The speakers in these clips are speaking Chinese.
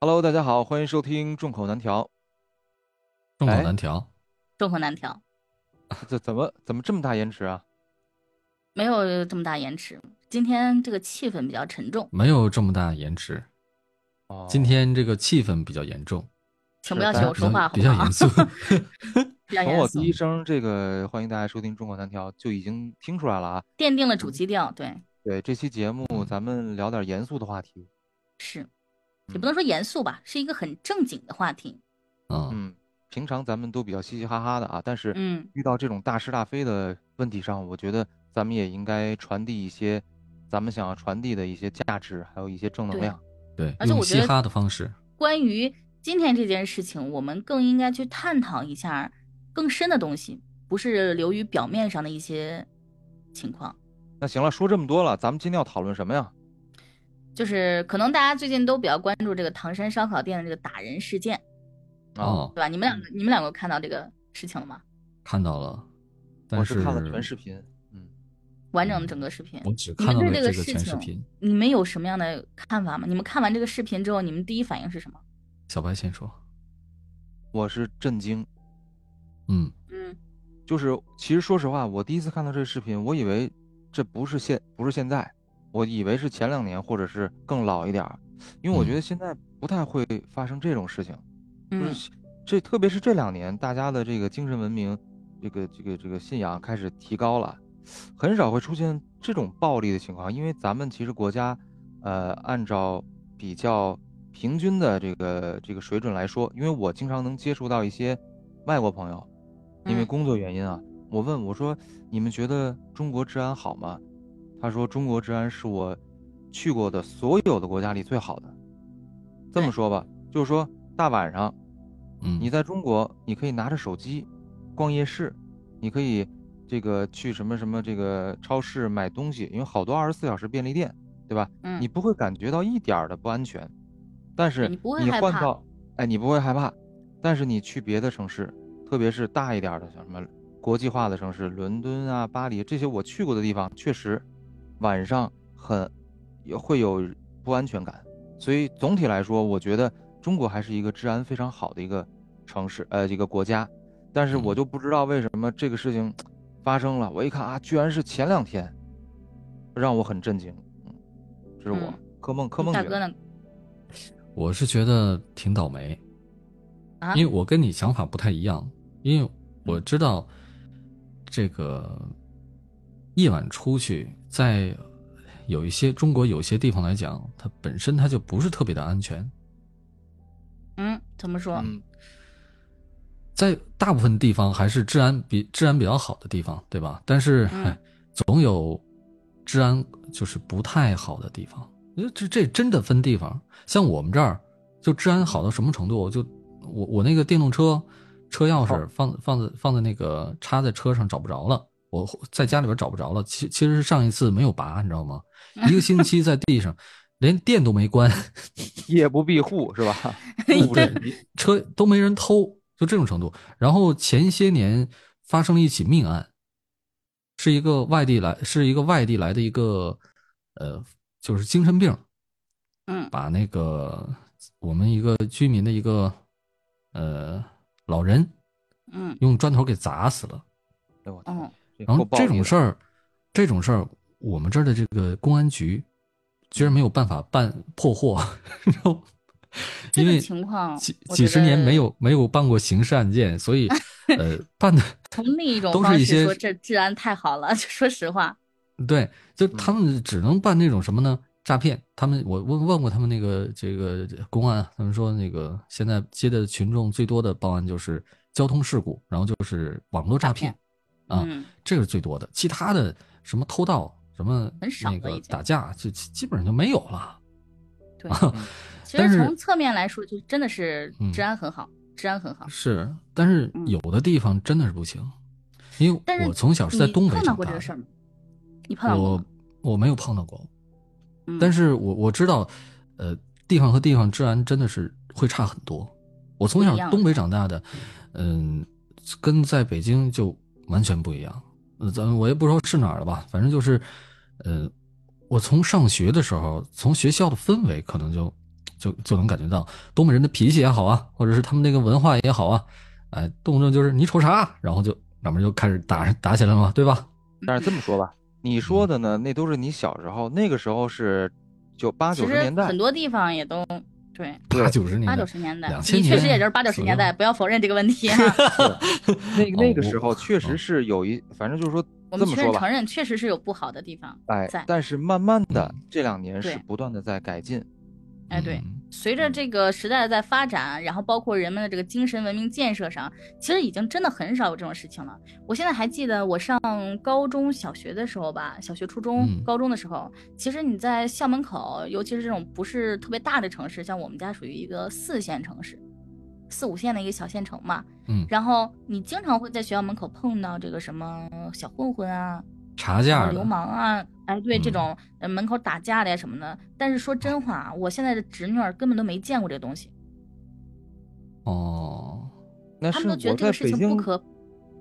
Hello，大家好，欢迎收听《众口难调 众口哎难调。众口难调，》。这怎么怎么这么大延迟啊？没有这么大延迟。今天这个气氛比较沉重，没有这么大延迟。哦，哎今天这这个气氛比较严重，是请不要大学家我说话好比不较好严？ 肃。比较从我严第肃，一声这个欢迎大家收听《众口难调》就已经听出来了啊。奠定了主基调。对，对，这期节目咱们聊点严肃的话题。是，嗯也不能说严肃吧，是一个很正经的话题。嗯，嗯，平常咱们都比较嘻嘻哈哈的啊，但是嗯，遇到这种大是大非的问题上，我觉得咱们也应该传递一些咱们想要传递的一些价值，还有一些正能对量。对，而且用我觉嘻得哈的方式，关于今天这件事情，我们更应该去探讨一下更深的东西，不是流于表面上的一些情况。那行了，说这么多了，咱们今天要讨论什么呀？就是可能大家最近都比较关注这个唐山烧烤店的这个打人事件，啊，哦对，吧？你们两个，你们两个看到这个事情了吗？看到了，但我是是看了全视频。嗯。完整的整个视频。我只你看们到对了这个个事全视情频。，你们有什么样的看法吗？你们看完这个视频之后，你们第一反应是什么？小白先说，我是震惊，嗯，嗯，就是其实说实话，我第一次看到这个视频，我以为这不是现不是现在，我以为是前两年或者是更老一点儿，因为我觉得嗯现在不太会发生这种事情，就嗯，是这特别是这两年，大家的这个精神文明，这个这个这个信仰开始提高了，很少会出现这种暴力的情况，因为咱们其实国家，呃，按照比较平均的这个这个水准来说，因为我经常能接触到一些外国朋友，因为嗯工作原因啊，我问我说你们觉得中国治安好吗？他说中国治安是我去过的所有的国家里最好的。这么对说吧，就是说大晚上嗯，你在中国，你可以拿着手机逛夜市，你可以这个去什么什么这个超市买东西，因为好多二十四小时便利店，对吧？嗯，你不会感觉到一点儿的不安全，但是你不会你害换怕到，哎，你不会害怕，但是你去别的城市，特别是大一点儿的，像什么国际化的城市，伦敦啊、巴黎这些我去过的地方，确实晚上很也会有不安全感。所以总体来说，我觉得中国还是一个治安非常好的一个城市，呃，一个国家。但是我嗯就不知道为什么这个事情发生了，我一看啊，居然是前两天，让我很震惊。嗯，这是我嗯柯梦柯梦大觉哥得呢？我是觉得挺倒霉，啊，因为我跟你想法不太一样，因为我知道这个夜晚出去，在有一些中国有些地方来讲，它本身它就不是特别的安全，嗯，怎么说？嗯，在大部分地方还是治安比治安比较好的地方，对吧？但是、嗯哎总有治安就是不太好的地方，因为这这真的分地方。像我们这儿就治安好到什么程度？就我我那个电动车车钥匙放放在放在那个插在车上找不着了，我在家里边找不着了。其其实是上一次没有拔，你知道吗？一个星期在地上连电都没关。夜不闭户 是吧？不是车都没人偷，就这种程度。然后前些年发生了一起命案，是一个外地来，是一个外地来的一个，呃，就是精神病，嗯把那个我们一个居民的一个，呃，老人嗯用砖头给砸死了。哎我天哦，这然够后暴这力种的事儿，这种事儿，我们这儿的这个公安局居然没有办法办破获， 然后这因种为情况几我几觉十年得没有没有办过刑事案件，所 以呃办的从另一种都方是一式些说，这治安太好了。 就说实话，对，就他们只能办那种什么呢？诈骗。他们我问问过他们那个这个公安啊，他们说那个现在接的群众最多的报案就是交通事故，然后就是网络诈骗，啊，嗯，这个是最多的。其他的什么偷盗、什么很少了那个已经打架，就基基本上就没有了。 对。其但实是从侧面来说，就真的是嗯治安很好，治安很好。是，但是嗯有的地方真的是不行，因但为是我从小是在你东北碰到长过大这个的，事儿吗？你碰到过我吗？我没有碰到过，嗯但是我我知道，呃，地方和地方治安真的是会差很多。我从不小一样东北长大的，嗯，跟在北京就完全不一样。呃，咱我也不说是哪儿了吧，反正就是，呃，我从上学的时候，从学校的氛围可能就就就能感觉到东北人的脾气也好啊，或者是他们那个文化也好啊，哎，动不动就是你瞅啥，然后就两边就开始打打起来了嘛，对吧？但是这么说吧，你嗯说的呢，那都是你小时候，那个时候是九八其九十实年代很，哦多地方也都对对八九十年八代，九十年代， 2000你确实年也就是八九十年左代，右不要否认这个问 题哈。那个那个哦时候确实是有一，反正就是说我这们么确说认吧承认确实是有不好的地方。哎在，嗯但是慢慢的这两年是对不断的在改进，哎，对，嗯随着这个时代的在发展，然后包括人们的这个精神文明建设上，其实已经真的很少有这种事情了。我现在还记得我上高中小学的时候吧，小学、初中、嗯高中的时候，其实你在校门口，尤其是这种不是特别大的城市，像我们家属于一个四线城市，四五线的一个小县城嘛，嗯，然后你经常会在学校门口碰到这个什么小混混啊，查价流的，氓啊，哎，对这嗯种呃门口打架的呀什么的。但是说真话啊，我现在的侄女儿根本都没见过这东西，哦，那他是们都觉得我这在个事北情不京，可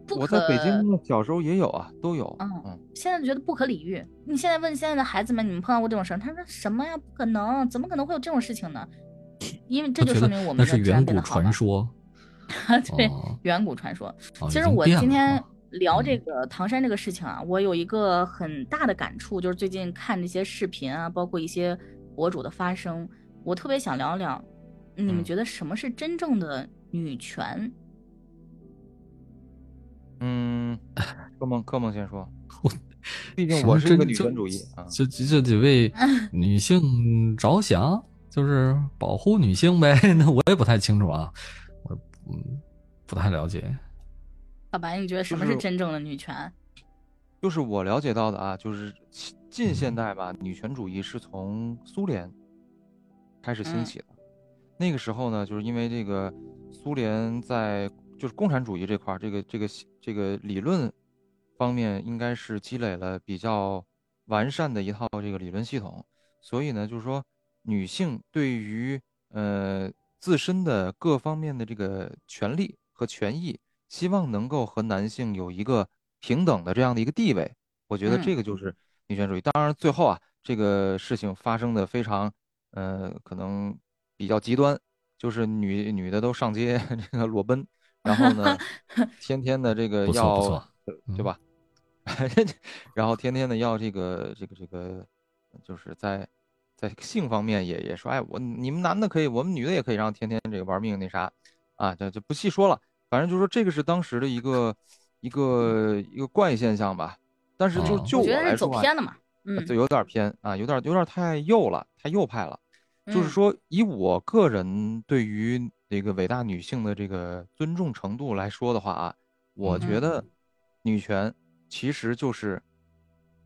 不我可在北京小时候也有啊，都有，嗯嗯，现在觉得不可理喻。你现在问现在的孩子们，你们碰到过这种事儿？他说什么呀？不可能，怎么可能会有这种事情呢？因为这我就觉说得明我那们是的治远安变古得好传了。说， 对，哦，远古传说。哦 其已实经我变今了天啊哦聊嗯这个唐山这个事情啊，我有一个很大的感触，就是最近看这些视频啊，包括一些博主的发声，我特别想聊聊，你们嗯觉得什么是真正的女权？嗯，柯梦柯梦先 说，毕竟什我么是一个真女就权主义啊，就就就得 为女性着想，就是保护女性呗。 那我也不太清楚啊，我嗯不太了解。小白，你觉得什么是真正的女权？就是我了解到的啊，就是近近现代吧，女权主义是从苏联开始兴嗯起的。那个时候呢，就是因为这个苏联在就是共产主义这块儿，这个这个这个理论方面，应该是积累了比较完善的一套这个理论系统。所以呢，就是说女性对于呃自身的各方面的这个权利和权益，希望能够和男性有一个平等的这样的一个地位。我觉得嗯这个就是女权主义。当然，最后啊，这个事情发生的非常呃，可能比较极端，就是女女的都上街 这个裸奔，然后呢，天天的这个不错要不错，对嗯吧？ 然后天天的要这个这个这个，就是在在性方面也也说，哎，我你们男的可以，我们女的也可以，然后天天这个玩命那啥，啊，这就不细说了。反正就说这个是当时的一个一个一个怪现象吧。但是就哦就我觉得来是走说啊，偏了嘛。嗯，这有点偏啊，有点有点太右了，太右派了。就是嗯，说，以我个人对于这个伟大女性的这个尊重程度来说的话啊，我觉嗯得女权其实就是，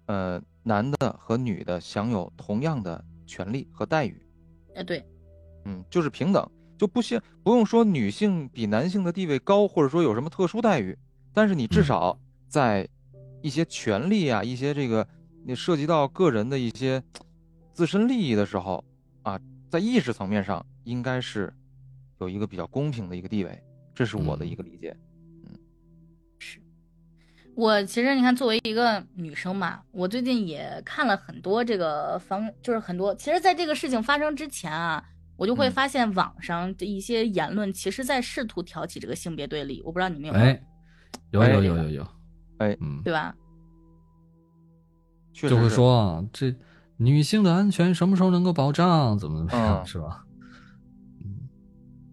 呃，男的和女的享有同样的权利和待遇，哎，对，嗯，就是平等，就不像不用说女性比男性的地位高，或者说有什么特殊待遇，但是你至嗯少在一些权利啊，一些这个你涉及到个人的一些自身利益的时候啊，在意识层面上应该是有一个比较公平的一个地位，这是我的一嗯个理解。我其实你看，作为一个女生嘛，我最近也看了很多这个方，就是很多。其实，在这个事情发生之前啊，我就会嗯发现网上的一些言论，其实在试图挑起这个性别对立。我不知道你们有没有，哎，有哎有有有有，哎嗯，对吧？确实就会是，说啊，这女性的安全什么时候能够保障？怎么怎么样，嗯是吧？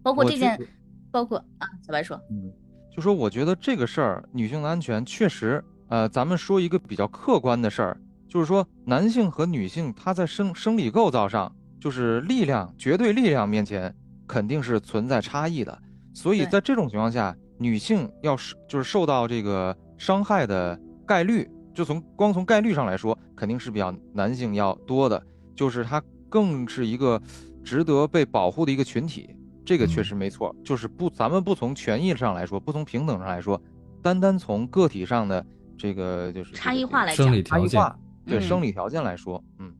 包括我这觉件得，包括啊，小白说，嗯，就说我觉得这个事儿，女性的安全确实，呃，咱们说一个比较客观的事儿，就是说男性和女性，他在生生理构造上，就是力量绝对力量面前，肯定是存在差异的。所以对在这种情况下，女性要是就是受到这个伤害的概率，就从光从概率上来说，肯定是比较男性要多的，就是它更是一个值得被保护的一个群体。这个确嗯实没错，就是不，咱们不从权益上来说，不从平等上来说，单单从个体上的这个就是差这个异这个化来生讲理差条异件，化，对嗯生理条件来说，嗯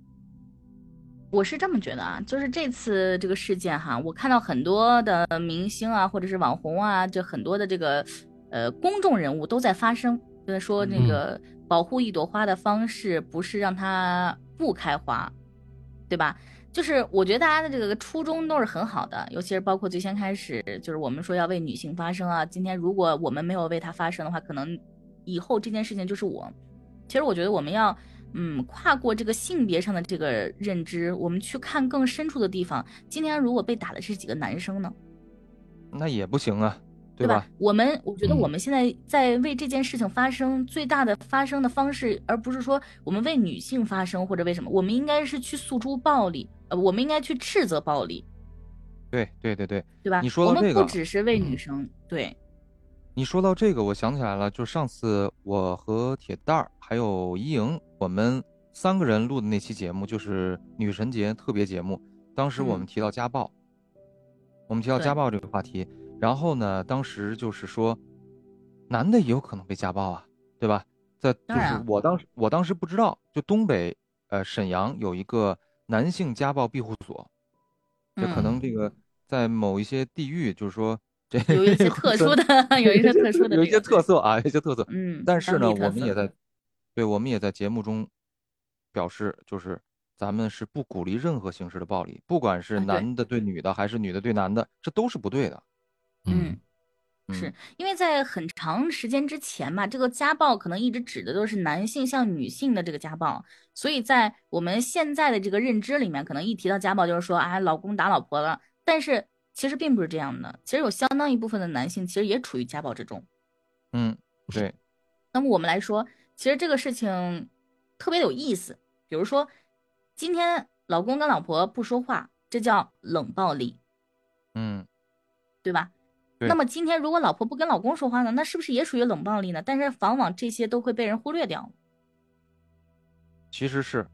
我是这么觉得啊，就是这次这个事件哈，我看到很多的明星啊，或者是网红啊，就很多的这个呃公众人物都在发声，就是说那嗯个保护一朵花的方式不是让它不开花，对吧？就是我觉得大家的这个初衷都是很好的，尤其是包括最先开始，就是我们说要为女性发声啊。今天如果我们没有为她发声的话，可能以后这件事情就是我。其实我觉得我们要，嗯，跨过这个性别上的这个认知，我们去看更深处的地方。今天如果被打的是几个男生呢？那也不行啊，对吧？我们我觉得嗯我们现在在为这件事情发声，最大的发声的方式，而不是说我们为女性发声或者为什么，我们应该是去诉诸暴力，呃，我们应该去斥责暴力，对对对对，对吧？你说到这我个们不只是为女嗯生，对，你说到这个，我想起来了，就上次我和铁蛋儿还有一莹，我们三个人录的那期节目，就是女神节特别节目。当时我们嗯提到家暴，我们提到对家暴这个话题，然后呢，当时就是说，男的也有可能被家暴啊，对吧？在就当然是啊我当时我当时不知道，就东北呃沈阳有一个男性家暴庇护所，就可嗯能这个在某一些地域，就是说这有 一些特殊的， 有一些特殊的，有一些特，色啊，有一些特色。嗯，但是当呢，地特我们也色在，对，我们也在节目中表示，就是咱们是不鼓励任何形式的暴力，不管是啊对男的对女的，还是女的对男的，这都是不对的。嗯，嗯是，因为在很长时间之前吧，这个家暴可能一直指的都是男性向女性的这个家暴，所以在我们现在的这个认知里面，可能一提到家暴就是说，哎，老公打老婆了，但是其实并不是这样的，其实有相当一部分的男性其实也处于家暴之中。嗯，对，那么我们来说，其实这个事情特别有意思。比如说，今天老公跟老婆不说话，这叫冷暴力，嗯，对吧？对那么今天如果老婆不跟老公说话呢，那是不是也属于冷暴力呢？但是往往这些都会被人忽略掉其实是，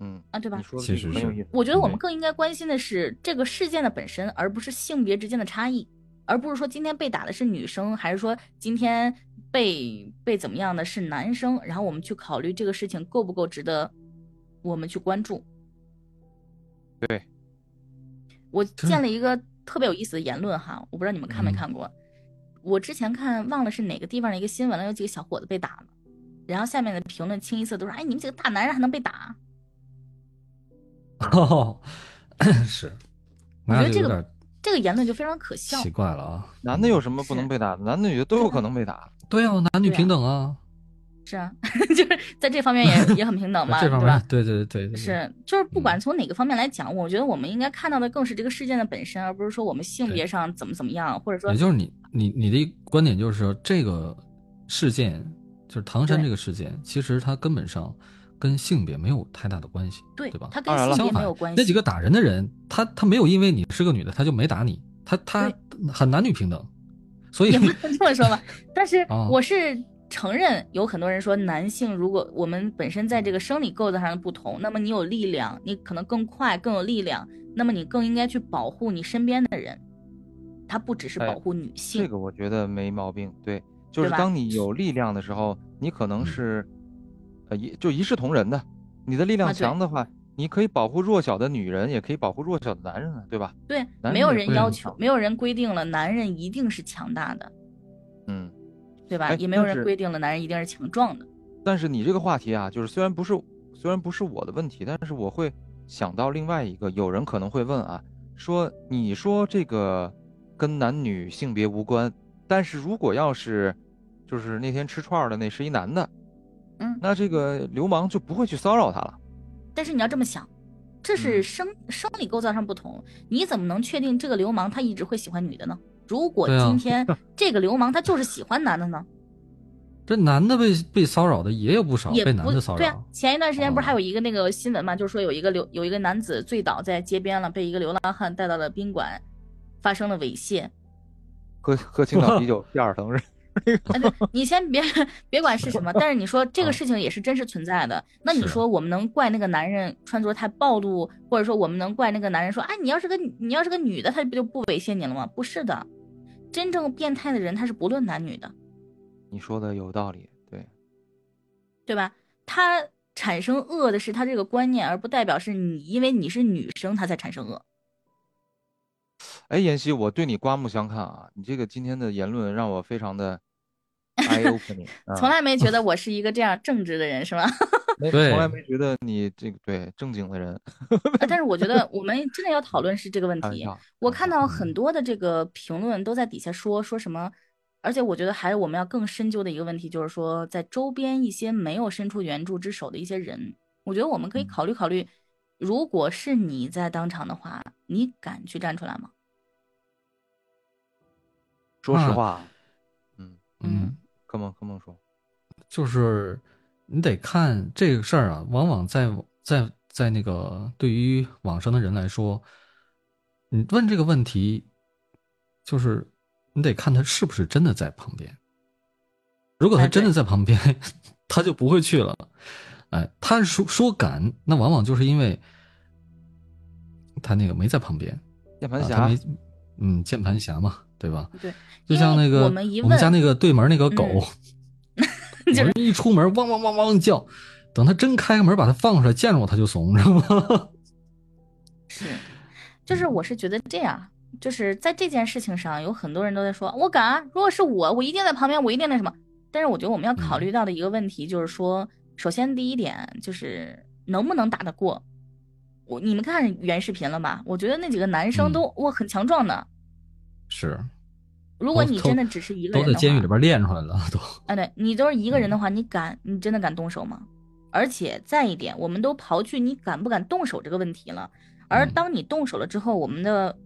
嗯，啊，对吧你？说的其这个实很有是意思。我觉得我们对更应该关心的是这个事件的本身，而不是性别之间的差异，而不是说今天被打的是女生，还是说今天被被怎么样的是男生，然后我们去考虑这个事情够不够值得我们去关注。对，我真见的了一个特别有意思的言论哈，我不知道你们看没嗯看过。我之前看忘了是哪个地方的一个新闻了，有几个小伙子被打了，然后下面的评论清一色都说：“哎，你们几个大男人还能被打哦， 是，嗯我觉那得就这有个点？”这个言论就非常可笑。奇怪了啊。男的有什么不能被打的？男的女的都有可能被打。对啊，男女对啊平等啊，是啊， 就是在这方面也也很平 等嘛，啊这方对吧面？对对对对，对，是，就是不管嗯从哪个方面来讲，我觉得我们应该看到的更是这个事件的本身，而不是说我们性对别上怎么怎么样，或者说也就是你你你的观点就是说，这个事件就是唐山对这个事件，其实它根本上跟性别没有太大的关系，对对吧？它跟当然了性相别没反有关，那几系。个打人的人，他他没有因为你是个女的，他就没打你，他他很男女平等，所以也不 能这么说吧。但是啊我是承认，有很多人说男性如果我们本身在这个生理构造上的不同，那么你有力量，你可能更快更有力量，那么你更应该去保护你身边的人。他不只是哎保护女性，这个我觉得没毛病。对，就对是吧当你有力量的时候，你可能嗯是，呃，一就一视同仁的。你的力量啊对强的话，你可以保护弱小的女人，也可以保护弱小的男人啊，对吧？对，男没有人也人会要很求强，没有人规定了男人一定是强大的，嗯。对吧？哎也没有但人是规定了男人一定是强壮的。但是你这个话题啊，就是虽然不是虽然不是我的问题，但是我会想到另外一个，有人可能会问啊，说你说这个跟男女性别无关，但是如果要是就是那天吃串儿的那是一男的，嗯那这个流氓就不会去骚扰他了。但是你要这么想，这是嗯生、生理构造上不同，你怎么能确定这个流氓他一直会喜欢女的呢？如果对啊 今天这个流氓他就是喜欢男的呢，这男的被被骚扰的也有不少，也被男不的骚对啊扰。。前一段时间不是还哦有一个那个新闻嘛，就是说有一个流有一个男子醉倒在街边了，被一个流浪汉带到了宾馆，发生了猥亵。喝喝青 岛啤酒第二疼是啊，对，你先别 别管是什么，但是你说这个事情也是真实存在的。那你啊是啊说我们能怪那个男人穿着太暴露，或者说我们能怪那个男人说，哎，你要是个你要是个女的，他不就不猥亵你了吗？不是的，真正变态的人他是不论男女的，你说的有道理，对，对吧？他产生恶的是他这个观念，而不代表是你因为你是女生他才产生恶。哎，妍希，我对你刮目相看啊！你这个今天的言论让 我非常的 eye opening，、啊、 从来没觉得我是一个这样正直的人，是吧？没对从来没觉得你这个对正经的人呃但是我觉得我们真的要讨论是这个问开玩啊题。笑。我看嗯到很多的这个评论都在底下说说什么，而且我觉得还有我们要更深究的一个问题，就是说在周边一些没有伸出援助之手的一些人，我觉得我们可以嗯考虑考虑，如果是你在当场的话，你敢去站出来吗？说实那话，嗯，嗯，可梦可梦说，就是你得看这个事儿啊，往往在在在那个对于网上的人来说，你问这个问题，就是你得看他是不是真的在旁边。如果他哎对真的在旁边， 他就不会去了。哎，他说说敢，那往往就是因为他那个没在旁边，键啊盘他侠没，嗯，键盘侠嘛，对吧？对，就像那因为个我们一问家那个对门那个狗，嗯 就是我一出门汪汪汪汪叫，等它真开个门把它放出来，见着我它就怂，知道吗？ 是，就是我是觉得这样，就是在这件事情上，有很多人都在说，我敢啊，如果是我，我一定在旁边，我一定那什么。但是我觉得我们要嗯考虑到的一个问题就是说，首先第一点就是能不能打得过。我你们看原视频了吧？我觉得那几个男嗯生都哇很强壮的。是，如果都你哦都真的只是一个都人在的监狱话里，边练出来了， 都哎，对你都是一个嗯人的话，你敢，你真的敢动手吗？而且再一点，我们都刨去你敢不敢动手这个问题了，而嗯当你动手了之后，我们的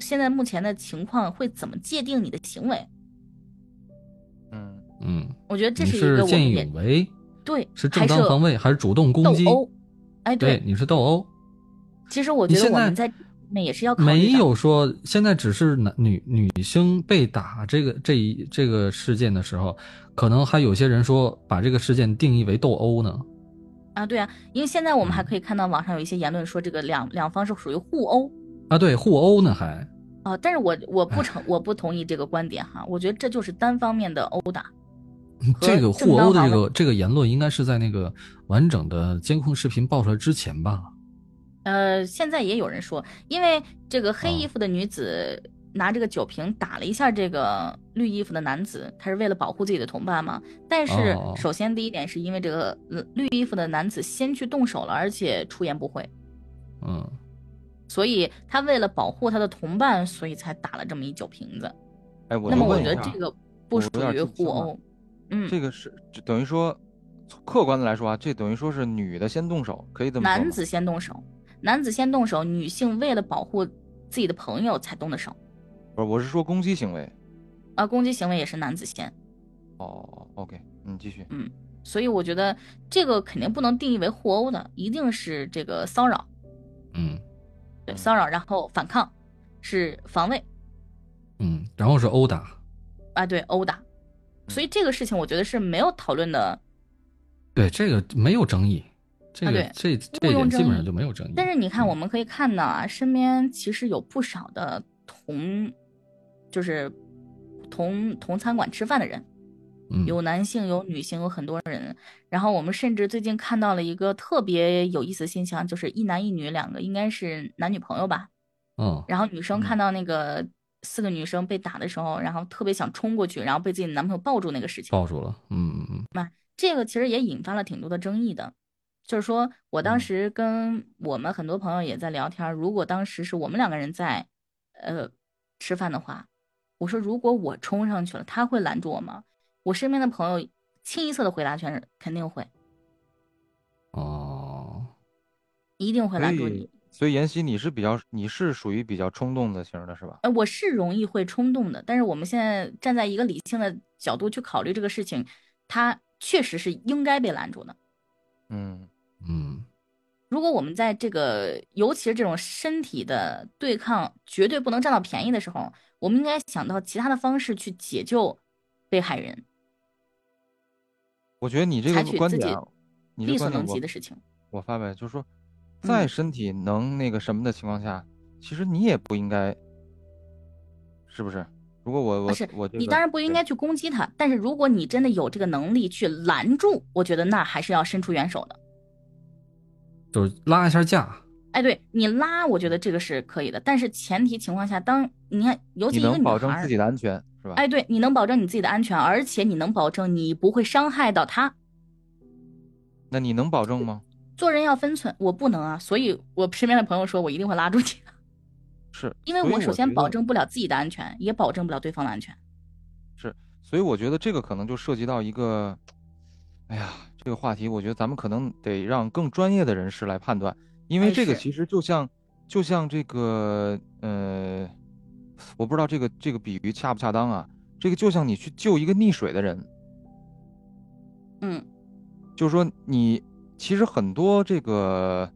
现在目前的情况会怎么界定你的行为？嗯，嗯，我觉得这你一个我见们义也勇为，对，是还正当防卫还是主动攻斗击？殴？哎，对，，你是斗殴，其实我你觉得现我在们在那也是要考虑没的，有说现在只是男女女星被打这个这一这个事件的时候，可能还有些人说把这个事件定义为斗殴呢。啊，对啊，因为现在我们还嗯可以看到网上有一些言论说这个两两方是属于互殴啊，对，互殴呢还，啊，但是我我不成我不同意这个观点哈，我觉得这就是单方面的殴打。和这个正互当殴的防这卫个这个言论，应该是在那个完整的监控视频爆出来之前吧？呃，现在也有人说，因为这个黑哦衣服的女子拿这个酒瓶打了一下这个绿衣服的男子，他是为了保护自己的同伴嘛。但是哦哦首先第一点是因为这个呃绿衣服的男子先去动手了，而且出言不讳，嗯，所以他为了保护他的同伴，所以才打了这么一酒瓶子。哎，我那么就我问觉一得下这个我不有属点于记不清互了殴，嗯，这个是这等于说，从客观的来说啊，这等于说是女的先动手，可以这么说吗男子先动手，男子先动手，女性为了保护自己的朋友才动的手，不是，我是说攻击行为。而攻击行为也是男子先。哦，OK，你继续。所以我觉得这个肯定不能定义为互殴的，一定是这个骚扰，嗯对嗯骚扰，然后反抗是防卫嗯，然后是殴打，啊，对殴打，嗯所以这个事情我觉得是没有讨论的。对这个没有争议，这啊个、对这这毋一庸点基争本议上就没有争议。但是你看，嗯我们可以看到啊，身边其实有不少的同，就是同同餐馆吃饭的人，嗯有男性，有女性，有很多人。然后我们甚至最近看到了一个特别有意思的现象，就是一男一女两个应该是男女朋友吧，嗯然后女嗯生看到那个四个女生被打的时候，然后特别想冲过去，然后被自己的男朋友抱住那个事哦情，抱住了，嗯嗯这个其实也引发了挺多的争议的。就是说我当嗯时跟我们很多朋友也在聊天儿，如果当时是我们两个人在，呃，吃饭的话，我说如果我冲上去了，他会拦住我吗？我身边的朋友清一色的回答全是肯定会，哦，一定会所拦住以你。，所以妍希，你是比较，你是属于比较冲动的型的，是吧？呃，我是容易会冲动的，但是我们现在站在一个理性的角度去考虑这个事情，他确实是应该被拦住的。嗯，嗯如果我们在这个，尤其是这种身体的对抗，绝对不能占到便宜的时候，我们应该想到其他的方式去解救被害人，我觉得你这采个取观自己点啊，你这力所观点能我及的事情。我发表，就是说，在嗯身体能那个什么的情况下，其实你也不应该，是不是？如果我我啊是我这你个当然不应对该去攻击他，但是如果你真的有这个能力去拦住，我觉得那还是要伸出援手的。就是拉一下架，哎，对你拉，我觉得这个是可以的，但是前提情况下，当你看，尤其你一个能女保证孩自儿己，的安全，是吧？哎，对，你能保证你自己的安全，而且你能保证你不会伤害到她。那你能保证吗？做人要分寸，我不能啊，所以我身边的朋友说我一定会拉住你， 是，因为所以我首觉先得保证不了自己的安全，也保证不了对方的安全。所以我觉得这个可能就涉及到一个，哎呀，这个话题，我觉得咱们可能得让更专业的人士来判断，因为哎这个是其实就像就像这个呃，我不知道这个这个比喻恰不恰当啊，这个就像你去救一个溺水的人，嗯，就是说你其实很多这个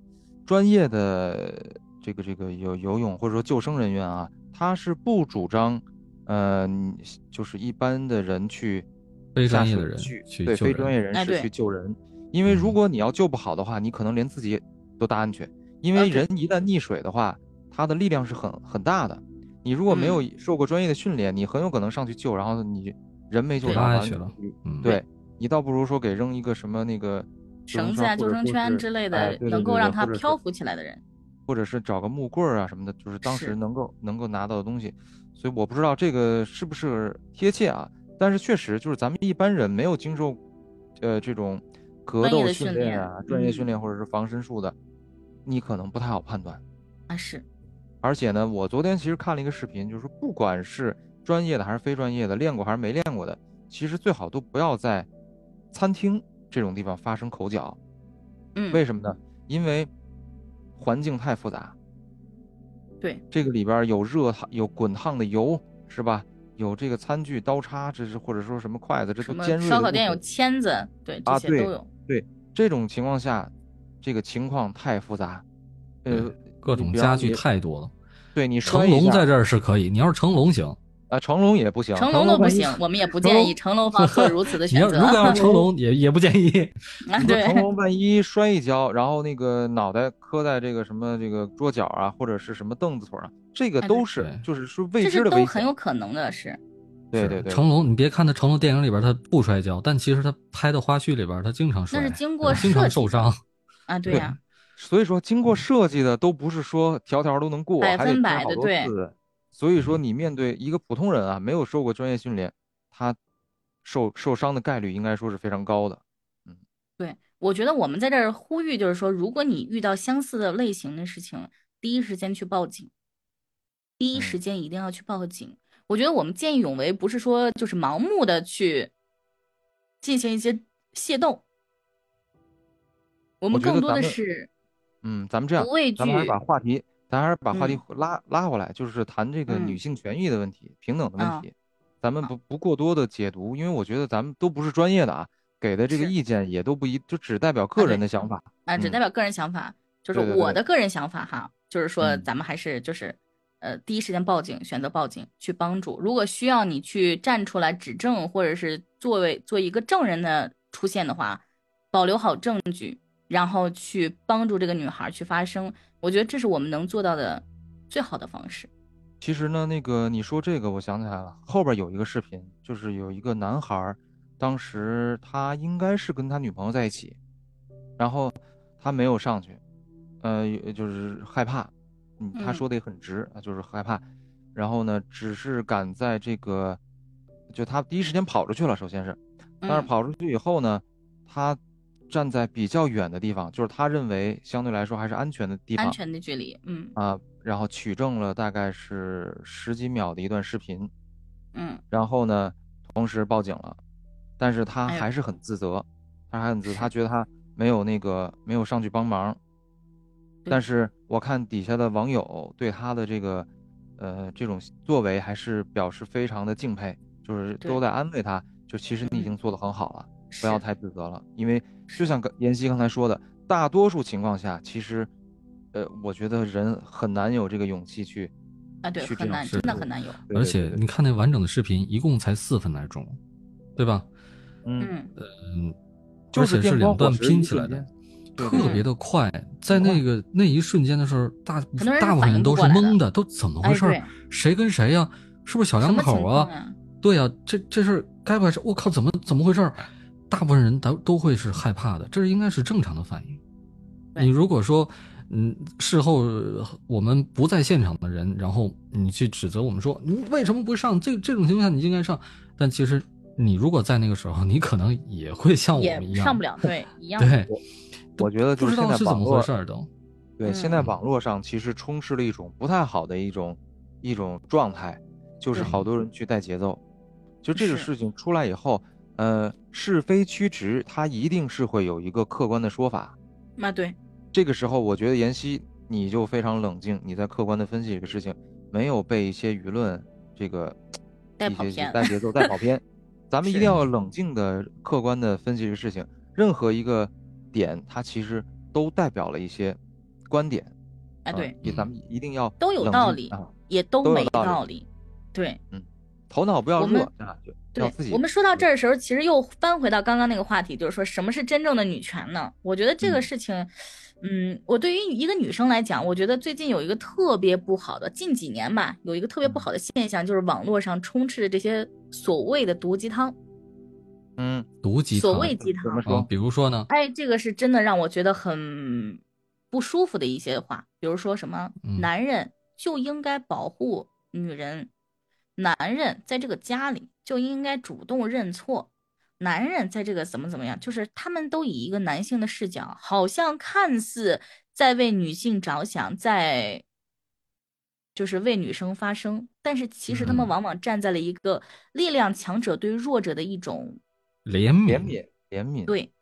专业的这个这个游游泳或者说救生人员啊，他是不主张，呃，你就是一般的人去非下专业水的人去去对救非人专业人哎士对去救人，因为如嗯果你要救不好的话，你可能连自己都搭安全，因呃为对人一旦溺水的话，他的力量是很很大的。你如果没嗯有受过专业的训练，你很有可能上去救，然后你人没救对着，拉下完去了了你嗯，对你倒不如说给扔一个什么那个救绳生子啊、圈救或者生说圈是之类哎的，对对能对够对让它或者是漂浮起来的人，或者是找个木棍儿啊什么的，就是当时是能够能够拿到的东西。所以我不知道这个是不是贴切啊，但是确实就是咱们一般人没有经受，呃，这种格专业斗的训训练练啊、专业训嗯练或者是防身术的，你可能不太好判断。啊是，而且呢，我昨天其实看了一个视频，就是不管是专业的还是非专业的，练过还是没练过的，其实最好都不要在餐厅这种地方发生口角。嗯，为什么呢？因为环境太复杂，对，这个里边儿有热烫、有滚烫的油，是吧？有这个餐具、刀叉，这是或者说什么筷子，这什都么尖锐的烧烤物店有品签子，对，这啊些对都有，这种情况下，这个情况太复杂，呃对，各你种比方家具你太多了。对你摔成一龙下在这儿是可以，你要是成龙行，啊，成龙也不行，成龙都不万一行，我们也不成建议龙成龙方做 如此的你要选择如果要是成龙也也不建议。啊，你说对，成龙万一摔一跤，然后那个脑袋磕在这个什么这个桌角啊，或者是什么凳子腿儿啊，这个哎对都是对就是是未这知是的都危很险有。可能的，是对是对对，成龙，你别看他成龙电影里边他不摔跤，但其实他拍的花絮里边他经常摔，那是经过经常设计受伤。啊，对对呀，所以说经过设计的都不是说条条都能过，嗯百还得看分百好的多对嗯次。所以说你面对一个普通人啊，没有受过专业训练，他受受伤的概率应该说是非常高的。对，我觉得我们在这儿呼吁，就是说，如果你遇到相似的类型的事情，第一时间去报警，第一时嗯间一定要去报警。我觉得我们见义勇为，不是说就是盲目的去进行一些械斗，我我们觉更得多咱的们是嗯，咱们这样不，畏惧咱们还是把话题，咱还是把话题嗯回拉拉回来，就是谈这个女嗯性权益的问题、平等的问啊题。咱们好不不过多的解读，因为我觉得咱们都不是专业的啊，给的这个是意见也都不一，就只代表个人对的想法。啊，只嗯代表个人想法，就是对对我对的个人想法哈，就是说嗯咱们还是就是，呃，第一时间报警，选择报警去帮助。如果需要你去站出来指证，或者是作为做一个证人的出现的话，保留好证据，然后去帮助这个女孩去发声。我觉得这是我们能做到的最好的方式。其实呢，那个你说这个，我想起来了，后边有一个视频，就是有一个男孩儿，当时他应该是跟他女朋友在一起，然后他没有上去，呃，就是害怕，嗯，他嗯说的也很直，啊就是害怕，然后呢，只是敢在这个，就他第一时间跑出去了，首先是，但是嗯跑出去以后呢，他站在比较远的地方，就是他认为相对来说还是安全的地安方，全的距离，嗯啊，然后取证了大概是十几秒的一段视频，嗯，然后呢，同时报警了，但是他哎呦还是很自责，他还很自责，他是觉得他没有那个没有上去帮忙，对但是我看底下的网友对他的这个呃这种作为还是表示非常的敬佩，就是对嗯都在安慰他，就其实你已经做得很好了。不是要太自责了，因为就像刚妍希刚才说的，大多数情况下，其实，呃，我觉得人很难有这个勇气去啊，对，去这很样难，去真的做很难有，对 对而对且对你看那完整的视频，一共才四分来钟，对吧？嗯，嗯嗯，就而且电光是两火段石拼一起来瞬的间，，对对特别的快。在那个那一瞬间的时候，大很多人是大部分反人应都不是过来的懵的，都怎么回哎事对儿？谁跟谁呀？是不是小什两么口情啊况？呀对呀、这这事儿该不该是？我靠，怎么怎么回事儿？大部分人都都会是害怕的，这应该是正常的反应。对你如果说，嗯，事后呃我们不在现场的人，然后你去指责我们说你为什么不上？这这种情况下你应该上，但其实你如果在那个时候，你可能也会像我也们一样上不了，对，一样。 对，我觉得不就是知现道在是怎网么络回事儿都。对，现在嗯网络上其实充斥了一种不太好的一种一种状态，就是对好多人去带节奏。就这个是事情出来以后，呃，是非曲直，它一定是会有一个客观的说法。那啊对，这个时候，我觉得妍希你就非常冷静，你在客观的分析这个事情，没有被一些舆论这个带一跑些一些偏带 节奏、带跑偏。咱们一是定要冷静的、客观的分析这个事情。任何一个点，它其实都代表了一些观点。哎对啊，也咱们一定要都有冷道静理啊，也都都有没道理道理。对头脑不要我们弱啊，就要对自己，嗯我们说到这儿的时候，其实又翻回到刚刚那个话题，就是说什么是真正的女权呢？我觉得这个嗯事情，嗯我对于一个女生来讲，我觉得最近有一个特别不好的，近几年吧，有一个特嗯别不好的现象，就是网络上充斥着这些所谓的毒鸡汤，嗯，毒鸡汤，所谓鸡怎汤么，啊说，？比如说呢，哎，这个是真的让我觉得很不舒服的一些话，比如说什么嗯男人就应该保护女人，男人在这个家里就应该主动认错，男人在这个怎么怎么样，就是他们都以一个男性的视角，好像看似在为女性着想，在就是为女生发声，但是其实他们嗯往往站在了一个力量强者对弱者的一种怜怜悯，悯，怜悯，对，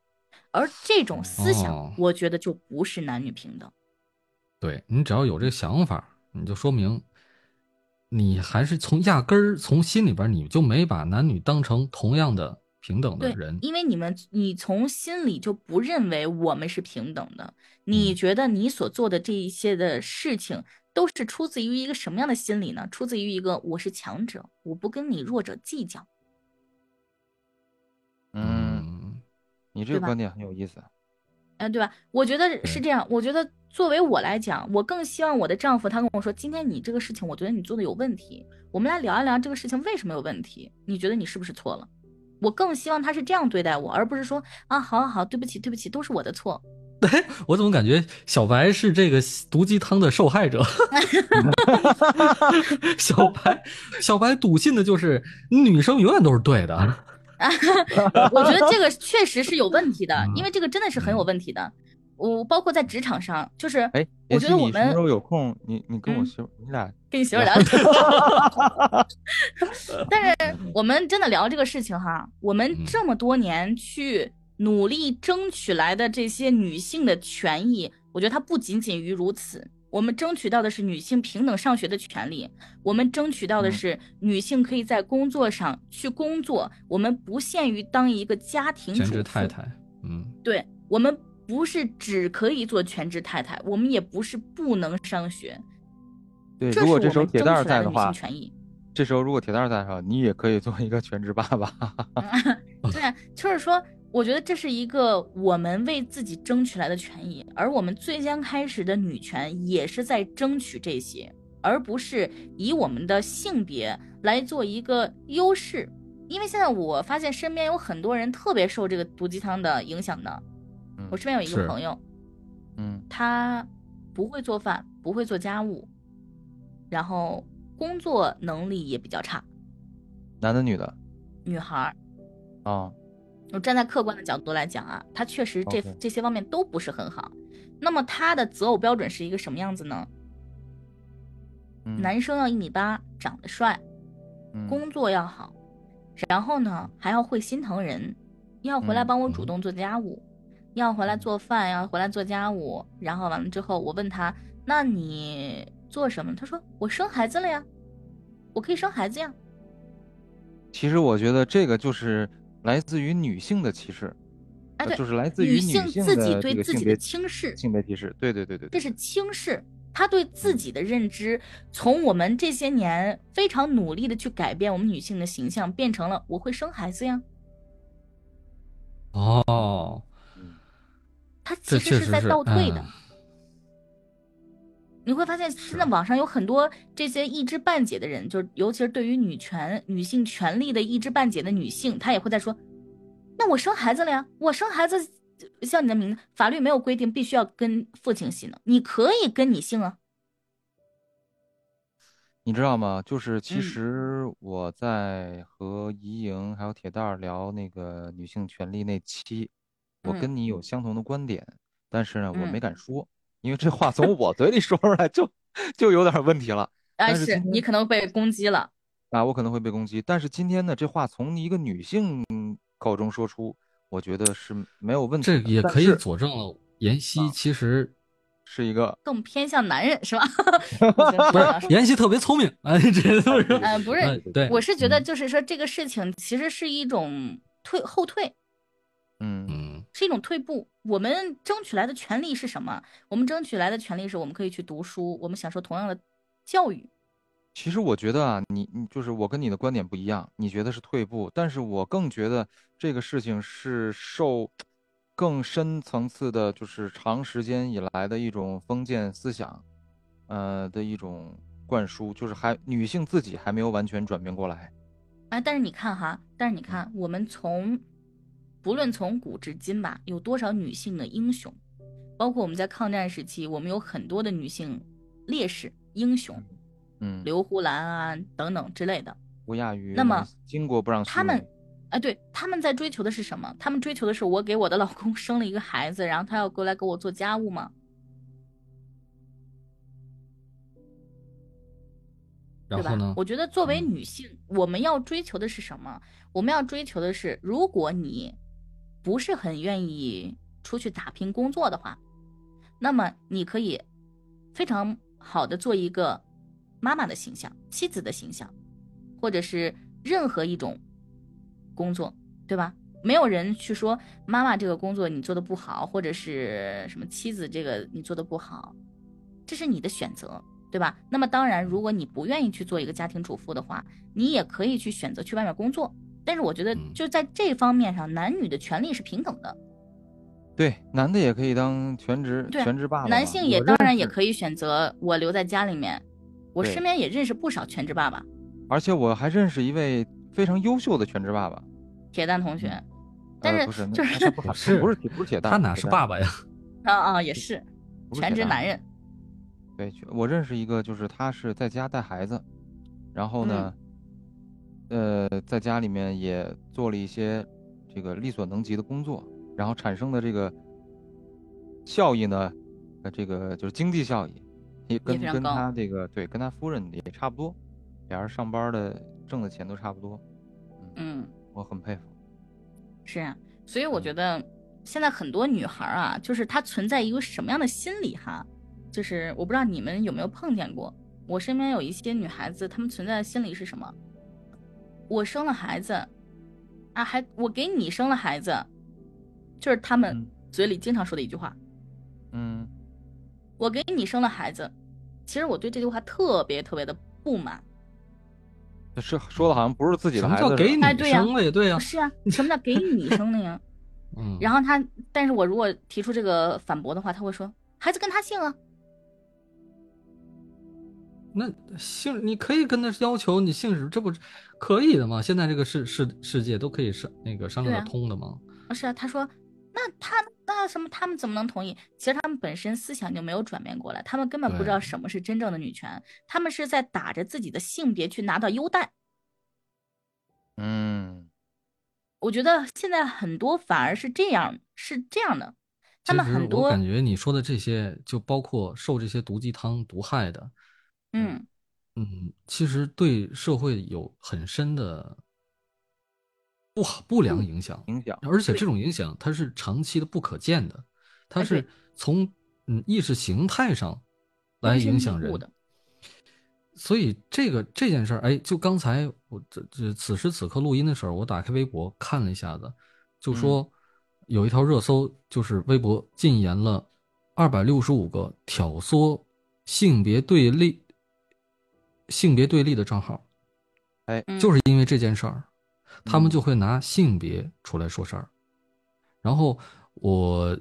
而这种思哦想，我觉得就不是男女平等。对你只要有这个想法，你就说明你还是从压根儿从心里边儿你就没把男女当成同样的平等的对人，，因为你们，你从心里就不认为我们是平等的，你嗯觉得你所做的这一些的事情，都是出自于一个什么样的心理呢？出自于一个我是强者，我不跟你弱者计较。嗯，嗯，你这个对吧观点很有意思，嗯，对吧？我觉得是这样。我觉得作为我来讲，我更希望我的丈夫他跟我说，今天你这个事情，我觉得你做的有问题，我们来聊一聊这个事情为什么有问题？你觉得你是不是错了？我更希望他是这样对待我，而不是说啊，好好好，对不起，对不起，都是我的错。我怎么感觉小白是这个毒鸡汤的受害者？ 小白，小白笃信的就是女生永远都是对的，嗯我觉得这个确实是有问题的嗯，因为这个真的是很有问题的。我包括在职场上，就是哎，我妍觉希，得我你什么们时候有空？你你跟我嗯媳妇，你俩跟你媳妇儿聊 我们真的聊这个事情哈，我们嗯这么多年去努力争取来的这些女性的权益，我觉得它不仅仅于如此。我们争取到的是女性平等上学的权利，我们争取到的嗯是女性可以在工作上去工作，我们不限于当一个家庭主全职妇。太太，嗯，对我们不是只可以做全职太太，我们也不是不能上学。对，这如果是这我时候们铁争蛋儿取来在的的女话性，权益。这时候如果铁蛋儿在的话，你也可以做一个全职爸爸。嗯对啊，就是说，我觉得这是一个我们为自己争取来的权益，而我们最先开始的女权也是在争取这些，而不是以我们的性别来做一个优势。因为现在我发现身边有很多人特别受这个毒鸡汤的影响的。嗯我身边有一个是朋友，嗯，他不会做饭，不会做家务，然后工作能力也比较差，男的女的女孩儿。啊，我站在客观的角度来讲啊，他确实这 OK 这些方面都不是很好。那么他的择偶标准是一个什么样子呢？嗯男生要一米八，长得帅，嗯工作要好，然后呢还要会心疼人，要回来嗯帮我嗯主动做家务，要回来做饭，要回来做家务。然后完了之后，我问他，那你做什么？他说我生孩子了呀，我可以生孩子呀。其实我觉得这个就是来自于女性的歧视，哎呃对就是来自于女性性自的己这对个自性己别的轻视，性别歧视，对对对对，这对是轻视。他对自己的认知，从我们这些年非常努力的去改变我们女性的形象，变成了我会生孩子呀。哦，嗯他这其确实实在是倒退的嗯。你会发现，现在网上有很多这些一知半解的人，就是尤其是对于女权、女性权利的一知半解的女性，她也会在说：“那我生孩子了呀，我生孩子像你的名字，法律没有规定必须要跟父亲姓呢，你可以跟你姓啊。”你知道吗？就是其嗯实我在和怡莹还有铁蛋儿聊那个女性权利那期，我嗯跟你有相同的观点，但是呢，我没嗯敢说，因为这话从我嘴里说出来就就有点问题了啊，但是是今你天可能被攻击了，啊，我可能会被攻击。但是今天呢，这话从一个女性口中说出，我觉得是没有问题这的也嗯但可以是啊佐证了妍希其实是一个更偏向男人 是吧？我觉得不好像是妍希特别聪明，哎，这都是呃不是哎对，我是觉得嗯就是说这个事情其实是一种退后退，嗯嗯是一种退步。我们争取来的权利是什么？我们争取来的权利是我们可以去读书，我们享受同样的教育。其实我觉得啊，你你就是我跟你的观点不一样，你觉得是退步，但是我更觉得这个事情是受更深层次的，就是长时间以来的一种封建思想，呃的一种灌输，就是还女性自己还没有完全转变过来。哎，但是你看哈，但是你看，我们从不论从古至今吧，有多少女性的英雄，包括我们在抗战时期，我们有很多的女性烈士、英雄，嗯，刘胡兰啊等等之类的。不亚于那我们么巾帼不让他须们眉，哎，对，他们在追求的是什么？他们追求的是我给我的老公生了一个孩子，然后他要过来给我做家务吗？然后对吧呢？？我觉得作为嗯女性，我们要追求的是什么？我们要追求的是，如果你不是很愿意出去打拼工作的话，那么你可以非常好的做一个妈妈的形象、妻子的形象，或者是任何一种工作，对吧？没有人去说妈妈这个工作你做的不好，或者是什么妻子这个你做的不好，这是你的选择。对吧？那么当然，如果你不愿意去做一个家庭主妇的话，你也可以去选择去外面工作。但是我觉得嗯就在这方面上，男女的权利是平等的，对男的也可以当全职对啊全职爸爸嘛，男性也我当认然也识可以选择我留在家里面。我对身边也认识不少全职爸爸，而且我还认识一位非常优秀的全职爸爸，铁蛋同学嗯，但呃是不是那就他是他不是不是铁不是铁蛋，他哪铁是蛋爸爸呀？啊啊也是不是全铁职蛋男人，对，去我认识一个，就是他是在家带孩子，然后呢，嗯呃，在家里面也做了一些这个力所能及的工作，然后产生的这个效益呢，呃，这个就是经济效益，也跟非常跟高他这个对跟他夫人也差不多，俩人上班的挣的钱都差不多，嗯，我很佩服。是啊。所以我嗯觉得现在很多女孩啊，就是她存在一个什么样的心理哈？就是我不知道你们有没有碰见过，我身边有一些女孩子，她们存在的心理是什么？我生了孩子，啊，还我给你生了孩子，就是她们嗯嘴里经常说的一句话。嗯我给你生了孩子，其实我对这句话特别特别的不满。，是说的好像不是自己什的么孩叫子似给的，你哎对呀生了呀？对呀不，是啊，什么叫给你生的呀？嗯，然后他，但是我如果提出这个反驳的话，他会说孩子跟他姓啊，那姓你可以跟他要求你姓氏，这不可以的吗？现在这个世世世界都可以商那个商量对得啊通的吗？啊是啊，他说，那他那什么，他们怎么能同意？其实他们本身思想就没有转变过来，他们根本不知道对什么是真正的女权，他们是在打着自己的性别去拿到优待。嗯，我觉得现在很多反而是这样，是这样的，他们其实很我多，感觉你说的这些，就包括受这些毒鸡汤毒害的，嗯，嗯，其实对社会有很深的不好不良嗯影响，影响，而且对这种影响它是长期的、不可见的，它哎对是从嗯意识形态上根来深影蒂响固人的。所以这个这件事儿，哎，就刚才我这这此时此刻录音的时候，我打开微博看了一下子，就嗯说有一条热搜，就是微博禁言了二百六十五个挑唆性别对立、性别对立的账号，哎就是因为这件事儿，他们嗯就会拿性别出来说事儿。然后我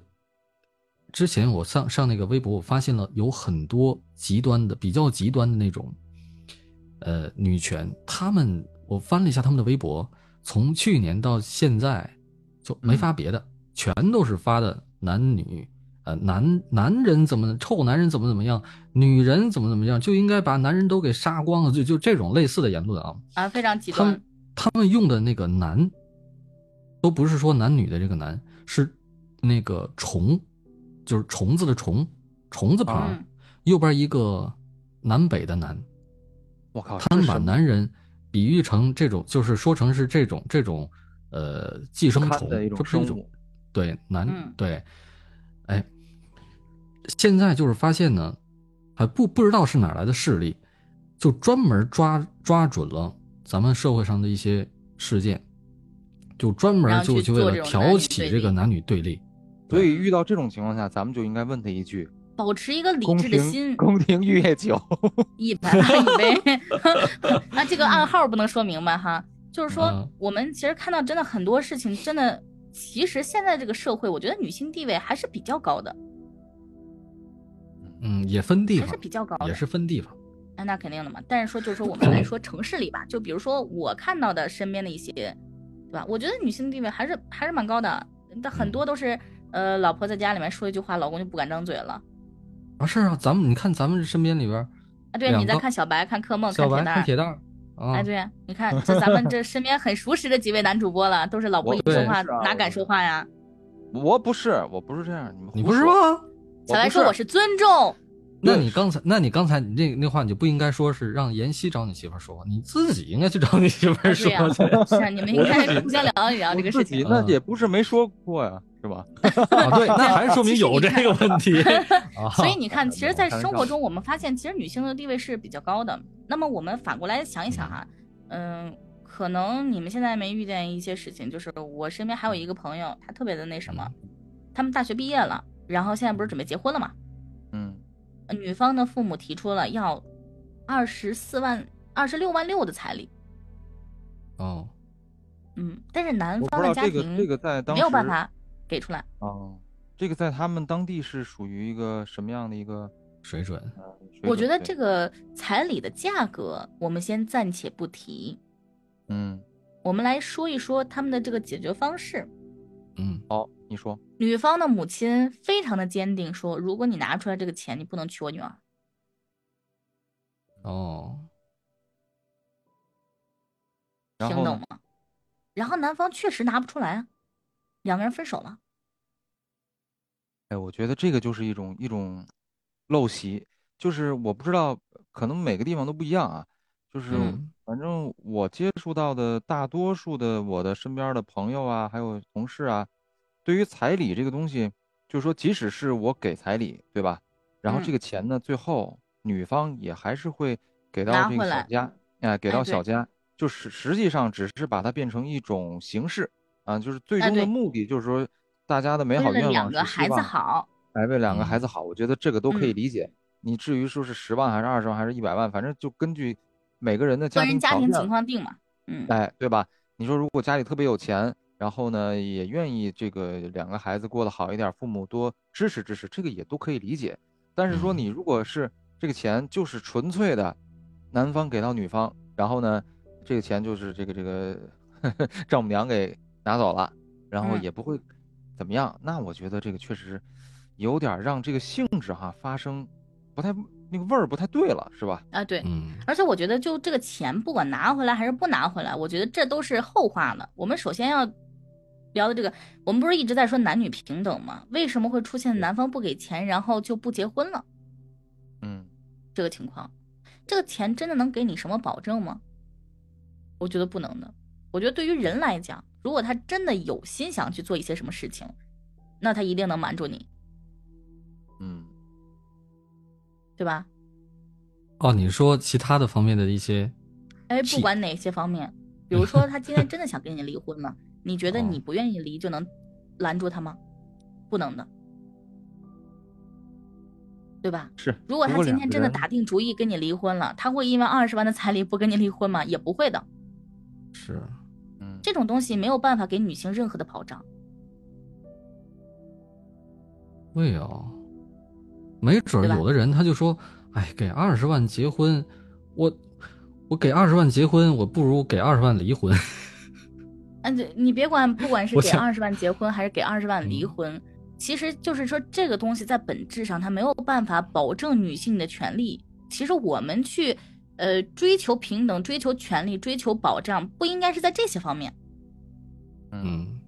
之前我上上那个微博，我发现了有很多极端的、比较极端的那种，呃，女权。他们我翻了一下他们的微博，从去年到现在就没嗯发别的，全都是发的男女，呃，男男人怎么臭男人怎么怎么样，女人怎么怎么样，就应该把男人都给杀光了，就就这种类似的言论啊，啊，非常极他端们。他们用的那个“男”，都不是说男女的这个“男”，是那个虫，就是虫子的虫，虫字旁，嗯右边一个南北的南，我靠，他们这把什么男人比喻成这种，就是说成是这种这种呃寄生堪虫，的一这种不是一生种物，对男、嗯对，哎，现在就是发现呢，还不不知道是哪来的势力，就专门抓抓准了咱们社会上的一些事件，就专然门后就去就为做了这种男挑女起对这个立男女对立，所以遇到这种情况下，咱们就应该问他一句：保持一个理宫智的廷心，宫廷玉液酒，一般一 杯。 那这个暗号不能说明白哈，就是说嗯我们其实看到真的很多事情，真的，其实现在这个社会，我觉得女性地位还是比较高的，嗯，也分地还方是，比较高的，也是分地方，哎，那肯定的嘛。但是说，就是说我们来说城市里吧，就比如说我看到的身边的一些，对吧？我觉得女性地位还是还是蛮高的，但嗯很多都是呃，老婆在家里面说一句话，老公就不敢张嘴了啊是啊，咱们你看咱们身边里边儿，啊。对，两你在个看小白、看柯梦、小白铁蛋看儿，铁蛋儿啊，哎，对，你看这咱们这身边很熟识的几位男主播了，都是老婆我一说哦对话是啊哪我敢是说话呀？ 我不是，我不是这样，你们你胡不是吗说？？小白不说我是尊重，那对你刚才，那你刚才你那那话你就不应该说是让妍希找你媳妇儿说，你自己应该去找你媳妇儿是说啊呀去。是啊，你们应该互相聊一聊啊这个事自己情。那嗯也不是没说过呀，是吧？啊， 对，那还是说明其实有你这看个问题。 啊 所以 你看，其实，在开玩生活笑中，我们发现其实女性的地位是比较高的。那么我们反过来想一想哈，嗯、可能你们现在没遇见一些事情，就是我身边还有一个朋友，他特别的那什么，他们大学毕业了，然后现在不是准备结婚了嘛？嗯，呃女方的父母提出了要二十四万、二十六万六的彩礼，哦，嗯，但是男我不方知道的家这个庭这个在当没时有办法给出来。啊，这个在他们当地是属于一个什么样的一个？水准，呃水我准觉得对这个彩礼的价格，我们先暂且不提，嗯，我们来说一说他们的这个解决方式。嗯，好，你说女方的母亲非常的坚定说，如果你拿出来这个钱，你不能娶我女儿。哦，然平后等呢吗？然后男方确实拿不出来啊，两个人分手了。哎，我觉得这个就是一种一种陋习，就是我不知道，可能每个地方都不一样啊。就是嗯反正我接触到的大多数的我的身边儿的朋友啊，还有同事啊，对于彩礼这个东西，就是说即使是我给彩礼，对吧？然后嗯这个钱呢，最后女方也还是会给拿到这回个小来家，哎，给哎到对小家，就实实际上只是把它变成一种形式啊，就是最哎终的对目的就是说大家的美为好了愿两望个是希孩子望好，哎，为两个孩嗯子好，我觉得这个都可以嗯理解。你至于说是十万还是二十万还是一百万，反正就根据每个人的个家人庭家条庭件，情况定嘛。嗯，哎，对吧？你说如果家里特别有钱，然后呢也愿意这个两个孩子过得好一点，父母多支持支持，这个也都可以理解。但是说嗯你如果是这个钱就是纯粹的男方给到女方，然后呢这个钱就是这个这个 丈母娘给拿走了，然后嗯也不会怎么样，那我觉得这个确实有点儿让这个性质哈发生不太那个味儿不太对了，是吧？啊对。嗯，而且我觉得，就这个钱，不管拿回来还是不拿回来，我觉得这都是后话了。我们首先要聊的这个，我们不是一直在说男女平等吗？为什么会出现男方不给钱，然后就不结婚了？嗯，这个情况，这个钱真的能给你什么保证吗？我觉得不能的。我觉得对于人来讲，如果他真的有心想去做一些什么事情，那他一定能瞒住你，嗯，对吧？哦，你说其他的方面的一些，哎，气不管哪些方面，比如说他今天真的想跟你离婚了，你觉得哦你不愿意离就能拦住他吗？不能的，对吧？是。如果不他过今两天个真的人打定主意跟你离婚了，他会因为二十万的彩礼不跟你离婚吗？也不会的。是，嗯，这种东西没有办法给女性任何的保障。对哦，没准对吧儿有的人他就说，哎，给二十万结婚，我我给二十万结婚，我不如给二十万离婚。嗯，对你别管，不管是我给想二十万结婚还是给二十万离嗯婚，其实就是说这个东西在本质上它没有办法保证女性的权利。其实我们去呃追求平等、追求权利、追求保障，不应该是在这些方面，嗯， 嗯，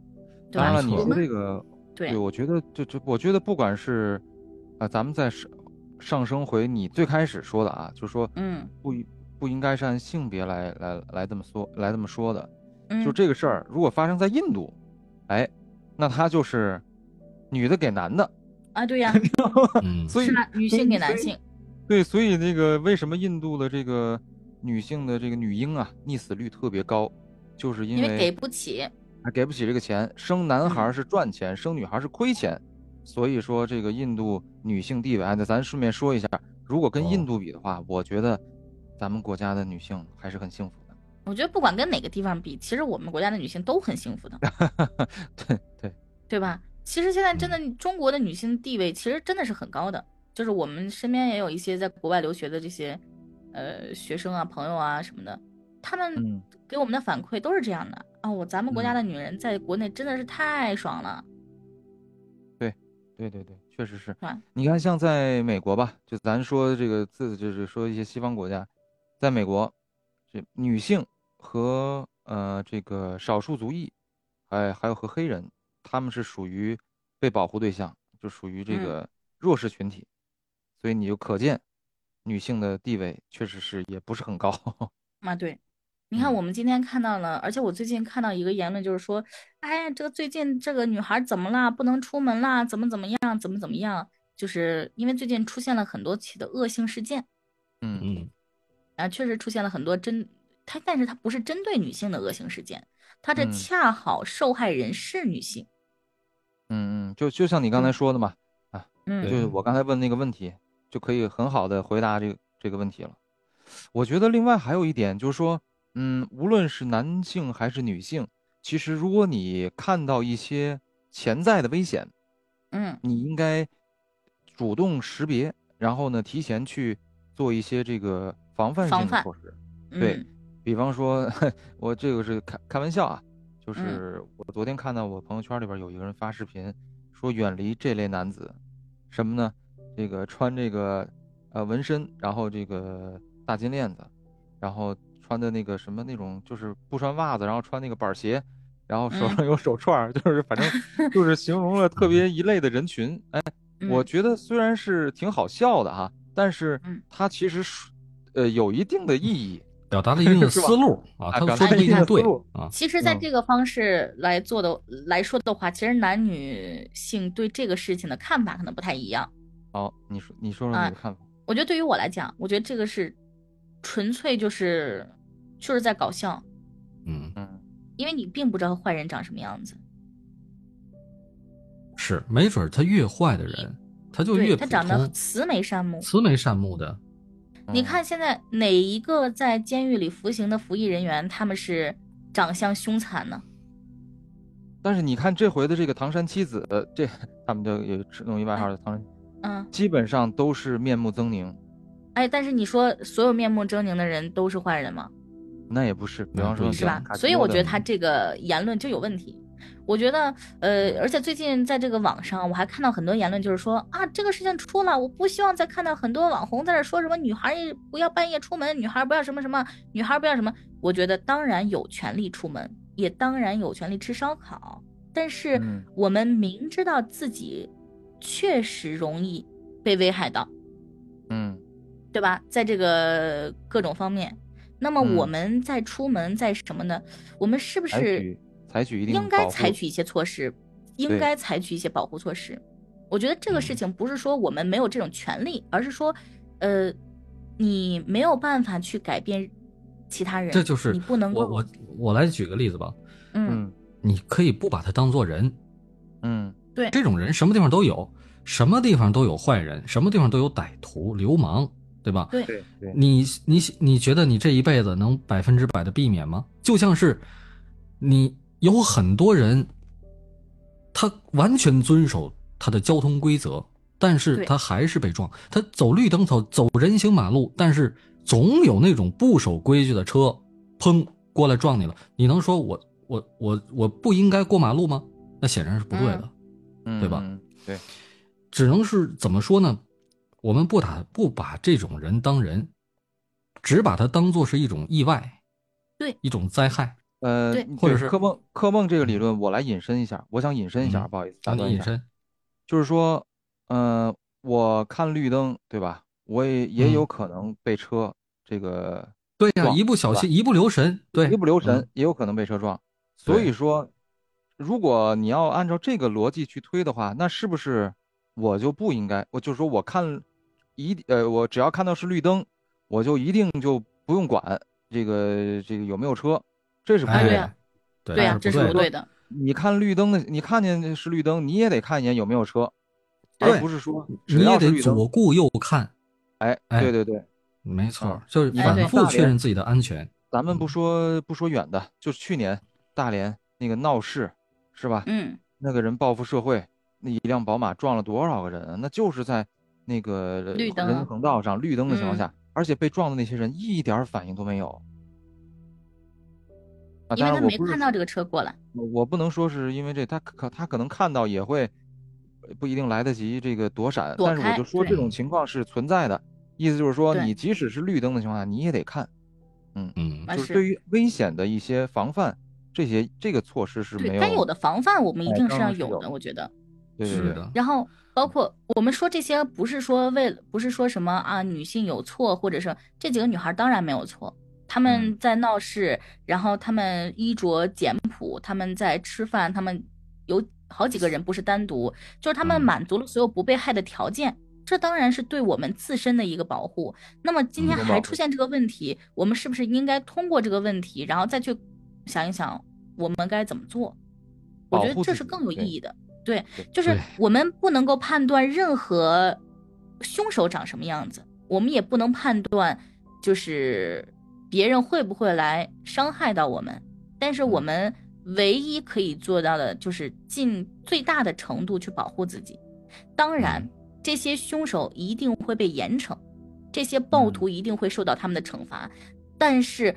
对当吧然没了，？你说错我们这个，对对，我觉得就就我觉得不管是啊、咱们再上上升回你最开始说的啊，就是说嗯不一不应该是按性别来来来这么说来这么说的。嗯，就这个事儿，如果发生在印度，哎，那他就是女的给男的，啊，对呀、嗯，所以是吧？女性给男性，对，所以那个为什么印度的这个女性的这个女婴啊溺死率特别高，就是因因为给为不起，还给不起这个钱，生男孩儿是赚钱，生女孩儿是亏钱，所以说这个印度女性地位，哎，那咱顺便说一下，如果跟哦印度比的话，我觉得咱们国家的女性还是很幸福的。 我觉得不管跟哪个地方比，其实我们国家的女性都很幸福的，对对，对吧？其实现在嗯真的中国的女性地位其实真的是很高的，就是我们身边也有一些在国外留学的这些呃学生啊、朋友啊什么的，他们嗯，给我们的反馈都是这样的啊，我咱们国家嗯的女人在国内真的是太爽了，对对对，确实是吧。你看，像在美国吧，就咱说这个自，就是说一些西方国家，在美国，这女性和呃这个少数族裔，哎，还有和黑人，他们是属于被保护对象，就属于这嗯个弱势群体，所以你就可见女性的地位确实是也不是很高。 啊，对，你看嗯我们今天看到了，而且我最近看到一个言论，就是说，哎呀，这个最近这个女孩儿怎么啦？不能出门啦？怎么怎么样？怎么怎么样？就是因为最近出现了很多起的恶性事件嗯嗯啊，确实出现了很多针，它但是它不是针对女性的恶性事件，它这嗯恰好受害人是女性。嗯嗯，就就像你刚才说的嘛，嗯，就是我刚才问那个问题，就可以很好的回答这个这个问题了。我觉得另外还有一点就是说，嗯，无论是男性还是女性，其实如果你看到一些潜在的危险，嗯你应该主动识别，然后呢，提前去做一些这个防范防性的范措施。对嗯比方说， 我这个是开开玩笑啊，就嗯是我昨天看到我朋友圈里边有一个人发视频，说远离这类男子，什么呢？这个穿这个呃纹身，然后这个大金链子，然后穿的那个什么那种，就是不穿袜子，然后穿那个板儿鞋，然后手嗯上有手串儿， 就是反 正就是形容了特别一类的人群。哎，嗯，我觉得虽然是挺好笑的哈、但是嗯它其实是呃有一定的意义。表达了一定 的是吧思路啊，啊他表说达的一不一定定的对思路啊，其实，在嗯这个方式来做的来说的话，其实男女性对这个事情的看法可能不太一样。好，哦你说你说说你啊的看法。我觉得对于我来讲，我觉得这个是纯粹就是就是在搞笑，嗯，嗯。因为你并不知道坏人长什么样子，是，没准儿他越坏的人，他就对越他普长得通，慈眉善目。慈眉善目的，你嗯看，现在哪一个在监狱里服刑的服役人员，他们是长相凶残呢？但是你看这回的这个唐山七子，呃这他们就有弄一外号叫唐山，嗯，基本上都是面目狰狞。哎，但是你说所有面目狰狞的人都是坏人吗？那也不是，比嗯方不说一是像吧？卡西所以欧我的嗯觉得他这个言论就有问题。我觉得，呃，而且最近在这个网上，我还看到很多言论，就是说啊，这个事情出了，我不希望再看到很多网红在这说什么女孩儿也不要半夜出门，女孩儿不要什么什么，女孩儿不要什么。我觉得当然有权利出门，也当然有权利吃烧烤，但是嗯我们明知道自己确实容易被危害到，嗯对吧？在这个各种方面，那么嗯我们在出门在什么呢？我们是不采是取采取一定应该保护采取一些措施？应对该采取一些保护措施。我觉得这个事嗯情不是说我们没有这种权利，而是说，呃，你没有办法去改变其他人，这就是你不能够我我我来举个例子吧，嗯嗯你可以不把他当做人，嗯这种人什么地方都有，什么地方都有坏人，什么地方都有歹徒、流氓，对吧？对对对你你你觉得你这一辈子能百分之百的避免吗？就像是你有很多人，他完全遵守他的交通规则，但是对他还是被撞。他走绿灯走走人行马路，但是总有那种不守规矩的车，砰过来撞你了。你能说我我我我不应该过马路吗？那显然是不对的。嗯嗯，对吧嗯？对，只能是怎么说呢？我们不打不把这种人当人，只把他当做是一种意外，对，一种灾害。呃，对或者是科梦科梦这个理论，我来引申一下，我想引申一下，嗯不好意思，打当你断一隐下，身，就是说，嗯、我看绿灯，对吧？我也也有嗯可能被车这个对呀、撞一不小是吧心，一不留神，对，一不留神嗯，也有可能被车撞。所以对说，如果你要按照这个逻辑去推的话，那是不是我就不应该？我就说我看一呃，我只要看到是绿灯，我就一定就不用管这个这个有没有车，这是不哎对对的。啊对对呀、呀，这是哎不不的对的。你看绿灯的，你看见是绿灯，你也得看一眼有没有车，对而不是说只你也要是得绿灯，左顾右看，哎，哎对对对，没错啊儿，就是哎对反复大确连认自己的安全。咱们嗯不说不说远的，就是去年大连那个闹市，是吧？嗯，那个人报复社会，那一辆宝马撞了多少个人啊？那就是在那个人绿灯啊行横道上绿灯的情况嗯下，而且被撞的那些人一点儿反应都没有。啊，因当然为他我没不是看到这个车过来。我不能说是因为这，他可他可能看到也会呃不一定来得及这个躲闪，躲但是我开就说对这种情况是存在的，意思就是说对你即使是绿灯的情况下，你也得看，嗯，啊就是是对于危险的一些防范，这些这个措施是没对，有，该有的防范我们一哎定当是然要是有有的，我觉得。对对是对，的，然后包括我们说这些，不是说为了，不是说什么啊，女性有错，或者是这几个女孩当然没有错，她们嗯在闹事，然后她们衣着简朴，她们在吃饭，她们有好几个人不是单独，就是她们嗯满足了所有不被害的条件。这当然是对我们自身的一个保护。那么今天嗯还出现这个问题，我们是不是应该通过这个问题，然后再去想一想我们该怎么做？我觉保得护这自是己更有意对义的。对对，就是对我们不能够判断任何凶手长什么样子，我们也不能判断就是别人会不会来伤害到我们，但是嗯我们唯一可以做到的就是尽最大的程度去保护自己。当然嗯，这些凶手一定会被严惩，这些暴嗯徒一定会受到他们的惩罚，但是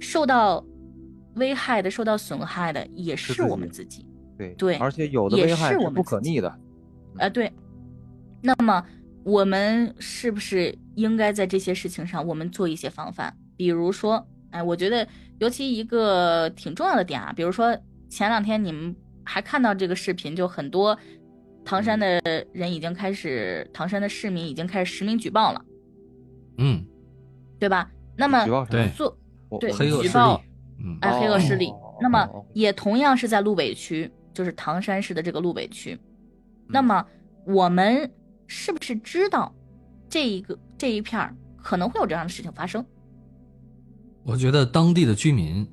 受到危害的、受到损害的也是是自我己们自己。对对而且有的也危害是我是们不可自己逆的，啊，对。那么我们是不是应该在这些事情上，我们做一些防范？比如说，哎，我觉得尤其一个挺重要的点啊，比如说前两天你们还看到这个视频，就很多唐山嗯的人已经开始，唐山的市民已经开始实名举报了，嗯，对吧？那么举报啥对做我对我黑们恶举势报力，嗯，哎，黑恶势力。哦那么哦哦也同样是在路北区，就是唐山市的这个路北区。那嗯么我们是不是知道这一个这一片儿可能会有这样的事情发生？我觉得当地的居民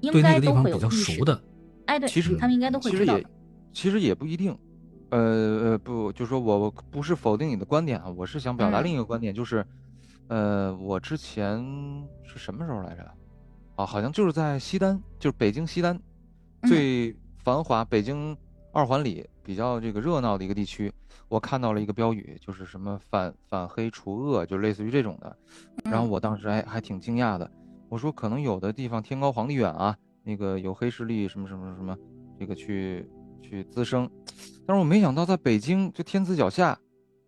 应对那该个地都方会比有较意识熟。的，哎，对，其实他们应该都会其知实道也的。其实也不一定，呃呃不，就说我我不是否定你的观点啊，我是想表达嗯另一个观点，就是，呃，我之前是什么时候来着？啊，好像就是在西单，就是北京西单嗯最繁华，北京二环里比较这个热闹的一个地区，我看到了一个标语，就是什么反反黑除恶，就类似于这种的。然后嗯我当时还还挺惊讶的，我说可能有的地方天高皇帝远啊，那个有黑势力什么什么什么，这个去去滋生，但是我没想到在北京就天子脚下，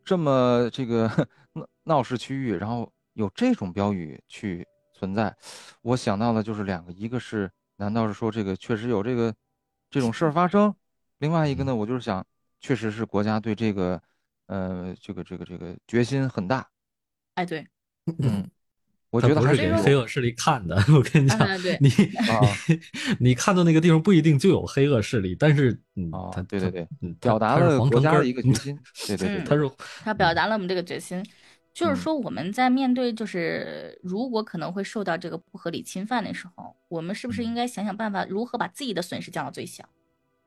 这么这个 闹闹市区域，然后有这种标语去存在，我想到的就是两个，一个是难道是说这个确实有这个这种事儿发生，另外一嗯个呢，我就是想，确实是国家对这个呃这个这个这个决心很大，哎，对，嗯，我他觉得不还是是哎给 有黑恶势力看的。我跟你讲啊对，你 啊你 你看到那个地方不一定就有黑恶势力，但是嗯啊，他对对对，嗯它表达它是了皇国城根家儿的一个决， 心，对对对嗯他对，是他表达了我们这个决心，就是嗯说我们在面对就是如果可能会受到这个不合理侵犯的时候，我们是不是应该想想办法如何把自己的损失降到最小？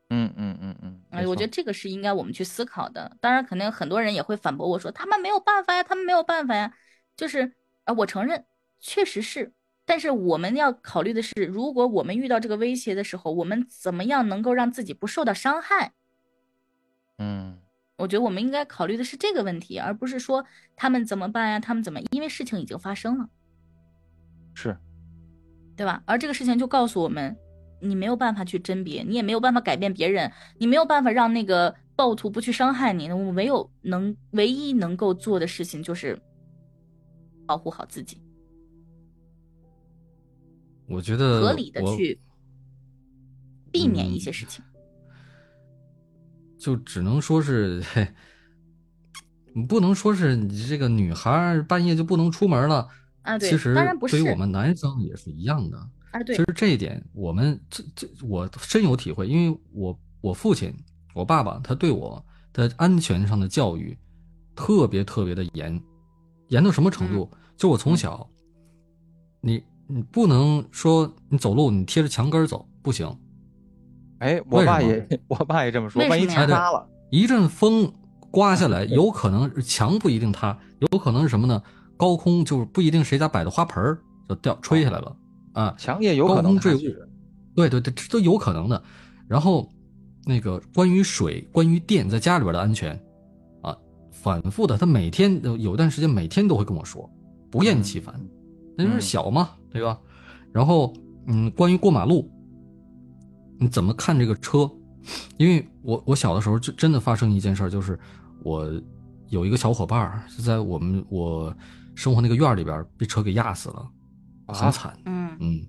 嗯嗯嗯嗯，哎，我觉得得这个是应该我们去思考的。当然，肯定很多人也会反驳我说他们没有办法呀，他们没有办法呀。就是啊、呃我承认确实是，但是我们要考虑的是，如果我们遇到这个威胁的时候，我们怎么样能够让自己不受到伤害？嗯我觉得我们应该考虑的是这个问题，而不是说他们怎么办呀，他们怎么，因为事情已经发生了，是对吧？而这个事情就告诉我们，你没有办法去甄别，你也没有办法改变别人，你没有办法让那个暴徒不去伤害你，那我们唯有能唯一能够做的事情就是保护好自己，我觉得合理的呃我去避免一嗯些事情。就只能说是，嘿，你不能说是你这个女孩儿半夜就不能出门了。啊，对其实，当然不是对于我们男生也是一样的。啊，其对实这一点，我们这这我深有体会，因为我我父亲，我爸爸，他对我的安全上的教育特别特别的严，严到什么程度？嗯就我从小，你你不能说你走路你贴着墙根儿走，不行，哎，我为爸什么也 我爸也这么说为，万一什么呀墙塌了，嗯一阵风刮下来，有可能墙不一定塌，有可能是什么呢？高空就是不一定谁家摆的花盆儿就掉吹下来了啊，墙也有可能高空坠塌物其实对对对，这都有可能的。然后那个关于水、关于电在家里边的安全啊，反复的，他每天呃有一段时间每天都会跟我说，不嗯厌其烦。那就是小嘛，对吧？然后，嗯，关于过马路，你怎么看这个车？因为我我小的时候真真的发生一件事儿，就是我有一个小伙伴儿是在我们我生活那个院儿里边儿被车给压死了，很啊惨。嗯，嗯，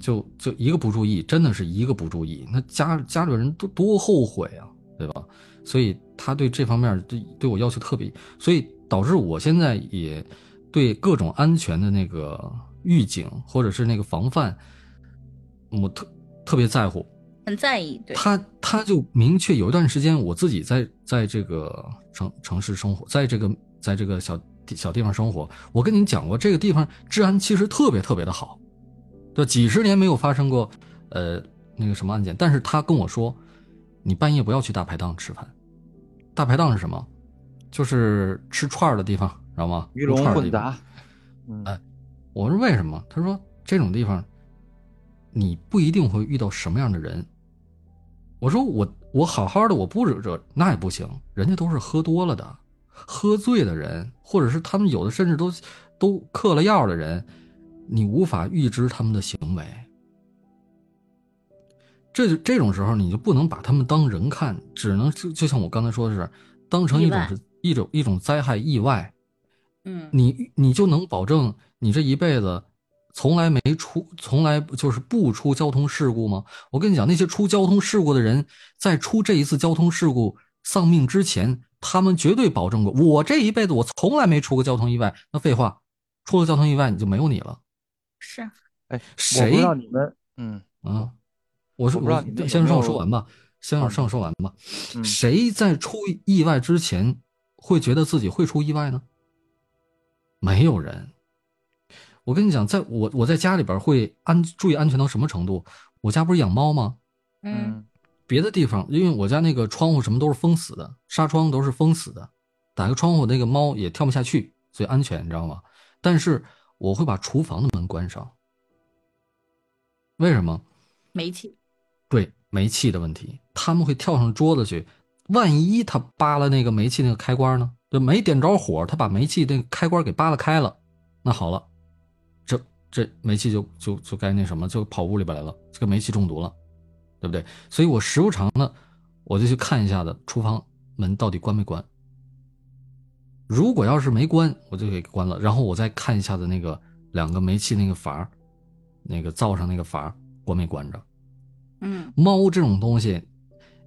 就就一个不注意，真的是一个不注意，那家家里人都多后悔啊，对吧？所以他对这方面对对我要求特别，所以导致我现在也对各种安全的那个预警或者是那个防范，我特特别在乎。很在意，对，他他就明确有一段时间，我自己在在这个城城市生活，在这个在这个小地小地方生活。我跟您讲过，这个地方治安其实特别特别的好，对，几十年没有发生过呃那个什么案件。但是他跟我说，你半夜不要去大排档吃饭。大排档是什么？就是吃串儿的地方，知道吗？鱼撸龙串儿的混地方杂，嗯，我说为什么？他说这种地方，你不一定会遇到什么样的人。我说我我好好的，我不惹这那也不行，人家都是喝多了的，喝醉的人，或者是他们有的甚至都都嗑了药的人，你无法预知他们的行为。这就这种时候，你就不能把他们当人看，只能就就像我刚才说的是，当成一种意外是一种一种灾害意外。嗯，你你就能保证你这一辈子从来没出，从来就是不出交通事故吗？我跟你讲，那些出交通事故的人，在出这一次交通事故丧命之前，他们绝对保证过，我这一辈子我从来没出过交通意外。那废话，出了交通意外你就没有你了。是哎，我不谁知道你们，嗯啊？我说我不知道你们有先没让我有啊说完吧，先让让我说完吧。嗯，谁在出意外之前会觉得自己会出意外呢？没有人。我跟你讲，在我我在家里边会安注意安全到什么程度？我家不是养猫吗？嗯嗯别的地方，因为我家那个窗户什么都是封死的，纱窗都是封死的，打个窗户那个猫也跳不下去，所以安全，你知道吗？但是我会把厨房的门关上，为什么？煤气，对煤气的问题，他们会跳上桌子去。万一他扒了那个煤气那个开关呢？就没点着火，他把煤气那个开关给扒拉开了，那好了，这这煤气就就就该那什么，就跑屋里边来了，这个煤气中毒了，对不对？所以我时不常的我就去看一下子厨房门到底关没关。如果要是没关，我就给关了，然后我再看一下子那个两个煤气那个阀儿，那个灶上那个阀儿关没关着。嗯，猫这种东西，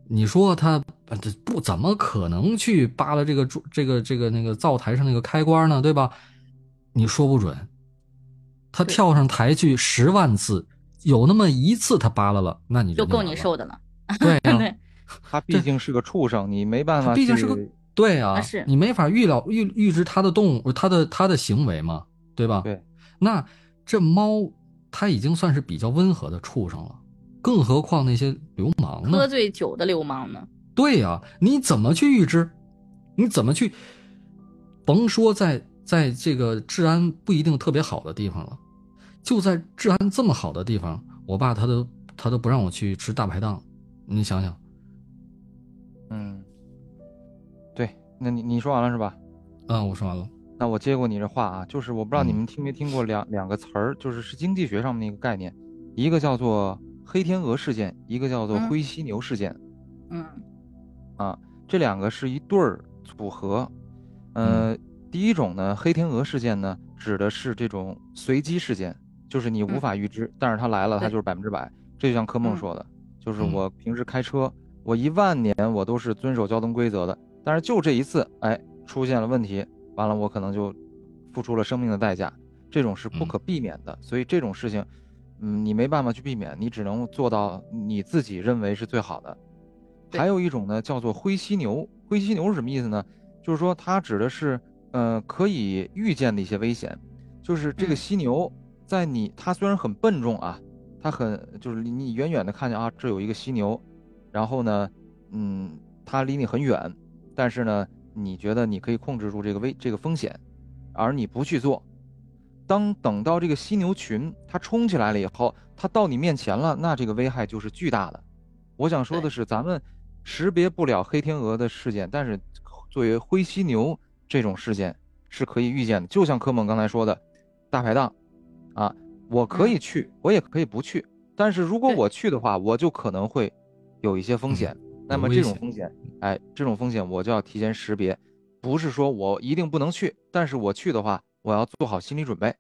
你说它呃这不怎么可能去扒拉这个桌这个这个那个灶台上那个开关呢，对吧？你说不准，它对跳上台去十万次，有那么一次它扒拉了，那你就够你完了啊受的了，对呀、 对他毕竟是个畜生，你没办它法去，毕竟是个对啊，啊是你没法预料预预知它的动物，它的它的行为嘛，对吧？对，那这猫它已经算是比较温和的畜生了，更何况那些流氓呢？喝醉酒的流氓呢，对呀、你怎么去预知？你怎么去？甭说在在这个治安不一定特别好的地方了，就在治安这么好的地方，我爸他都他都不让我去吃大排档，你想想，嗯，对，那你你说完了是吧？嗯，我说完了，那我接过你这话啊，就是我不知道你嗯们听没听过两两个词儿，就是是经济学上面的一个概念，一个叫做黑天鹅事件，一个叫做嗯灰犀牛事件。嗯，这两个是一对儿组合。呃，嗯第一种呢，黑天鹅事件呢，指的是这种随机事件，就是你无嗯法预知，但是它来了，它对就是百分之百。这就像柯梦嗯说的，就是嗯我平时开车，我一万年我都是遵守交通规则的，但是就这一次，哎，出现了问题，完了我可能就付出了生命的代价，这种是不嗯可避免的。所以这种事情，嗯，你没办法去避免，你只能做到你自己认为是最好的。对还有一种呢，叫做灰犀牛。灰犀牛是什么意思呢？就是说它指的是，呃，可以预见的一些危险，就是这个嗯犀牛在你它虽然很笨重啊，它很就是离你远远的看见啊，这有一个犀牛，然后呢，嗯，它离你很远，但是呢，你觉得你可以控制住这个危这个风险，而你不去做。当等到这个犀牛群它冲起来了以后，它到你面前了，那这个危害就是巨大的。我想说的对是，咱们识别不了黑天鹅的事件，但是作为灰犀牛这种事件是可以预见的。就像柯梦刚才说的，大排档啊，我可以去，我也可以不去，但是如果嗯对我去的话，我就可能会有一些风险。那嗯有么危这种险嗯风险，哎，这种风险我就要提前识别，不是说我一定不能去，但是我去的话，我要做好心理准备。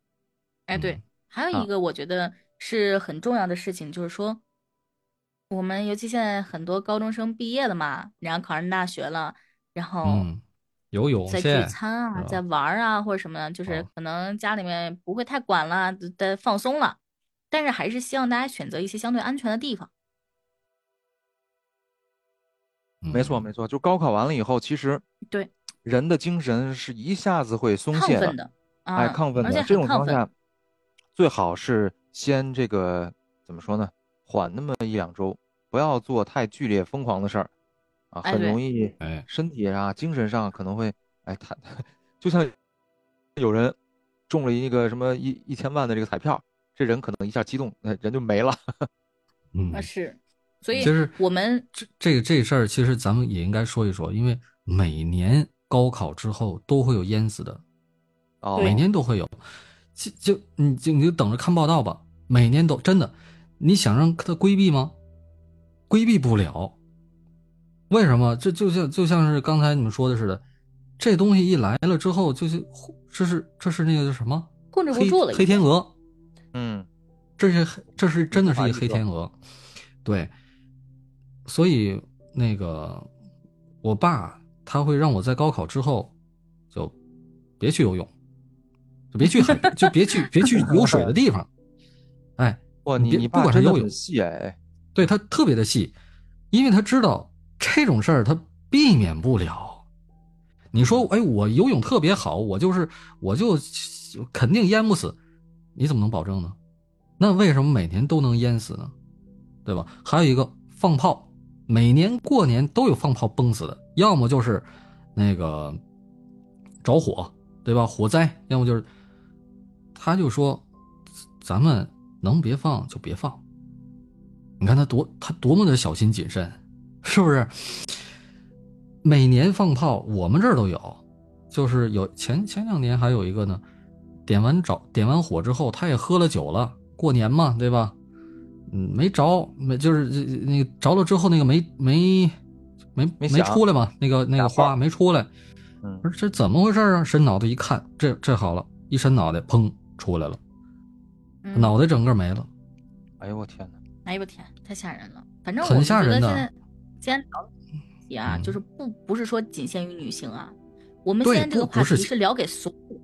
哎，对嗯，还有啊一个我觉得是很重要的事情，就是说，我们尤其现在很多高中生毕业了嘛，然后考上大学了，然后嗯，游泳哦在去，聚餐啊，是在吧玩儿啊，或者什么呢，就是哦可能家里面不会太管了，在放松了，但是还是希望大家选择一些相对安全的地方。没错，嗯没错，就高考完了以后，其实嗯对人的精神是一下子会松懈亢奋的，啊，哎，亢奋而的且这种情很亢况奋，啊下，最好是先这个怎么说呢，缓那么一两周，不要做太剧烈疯狂的事儿啊，哎很对容易哎，身体啊、精神上可能会哎，他就像有人中了一个什么一一千万的这个彩票，这人可能一下激动，哎人就没了。嗯啊，是，所以其实我们这这个这事儿，其实咱们也应该说一说，因为每年高考之后都会有淹死的，哦，对每年都会有。就就你就你就等着看报道吧，每年都真的。你想让他规避吗？规避不了。为什么？这就像就像是刚才你们说的似的，这东西一来了之后，就是这是这是那个叫什么控制不黑住了已经，黑天鹅，嗯，这是黑这是真的是无一法黑预测天鹅，对，所以那个我爸他会让我在高考之后就别去游泳，就别去海，就别去别去有水的地方。哎，哇，你你别你不爸管是真的游很泳细哎，对他特别的细，因为他知道这种事儿他避免不了。你说，哎，我游泳特别好，我就是我就肯定淹不死，你怎么能保证呢？那为什么每年都能淹死呢？对吧？还有一个放炮，每年过年都有放炮崩死的，要么就是那个着火，对吧？火灾，要么就是，他就说，咱们能别放就别放。你看他多他多么的小心谨慎，是不是？每年放炮，我们这儿都有，就是有前前两年还有一个呢，点完着点完火之后，他也喝了酒了，过年嘛，对吧？嗯，没着，没就是这这那个着了之后，那个没没没没响出来嘛，那个那打个炮花没出来，嗯不，是这怎么回事啊？伸脑袋一看，这这好了，一伸脑袋，砰出来了，嗯脑袋整个没了。哎呦我天哪，哎呦我天，太吓人了！反正很我们吓觉人得现的在，既然聊起啊，嗯就是不不是说仅限于女性啊，我们对现在这个不话不是题是聊给所有人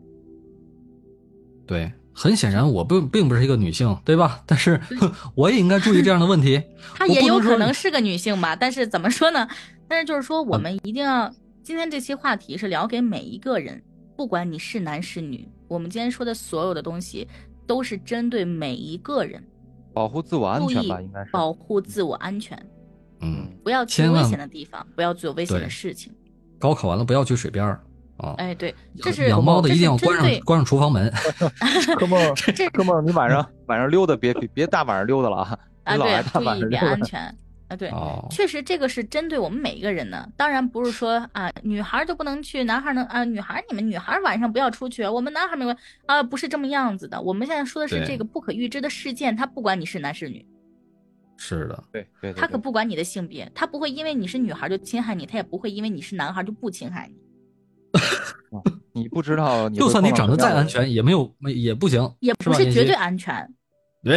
对，很显然我并并不是一个女性，对吧？ 但是嗯我也应该注意这样的问题。她我也不有能可说能是个女性吧，但是怎么说呢？但是就是说，嗯我们一定要今天这期话题是聊给每一个人，不管你是男是女，我们今天说的所有的东西都是针对每一个人，保护自我安注全意吧，应该是。保护自我安全，嗯，嗯，不要去千危万险的地方，不要做危险的对事情。高考完了不要去水边儿啊。哎，对，这养是养猫的这一是定要针关上对关上厨房门。哥们儿，这哥们儿，你晚上晚上溜达别别别大晚上溜达了啊！啊，你老对来啊，大注晚意一上溜点达安， 全啊，对，哦，确实这个是针对我们每一个人的，当然不是说啊，女孩儿就不能去，男孩儿能啊，女孩儿你们女孩儿晚上不要出去，我们男孩儿没关啊，不是这么样子的。我们现在说的是对这个不可预知的事件，它不管你是男是女，是的，对对，对他可对不管你的性别，他不会因为你是女孩就侵害你，他也不会因为你是男孩就不侵害你。你不知道你会就算你碰到长什么得再样的安人全，也没有没也不 行，也是不吧是绝对妍安全，希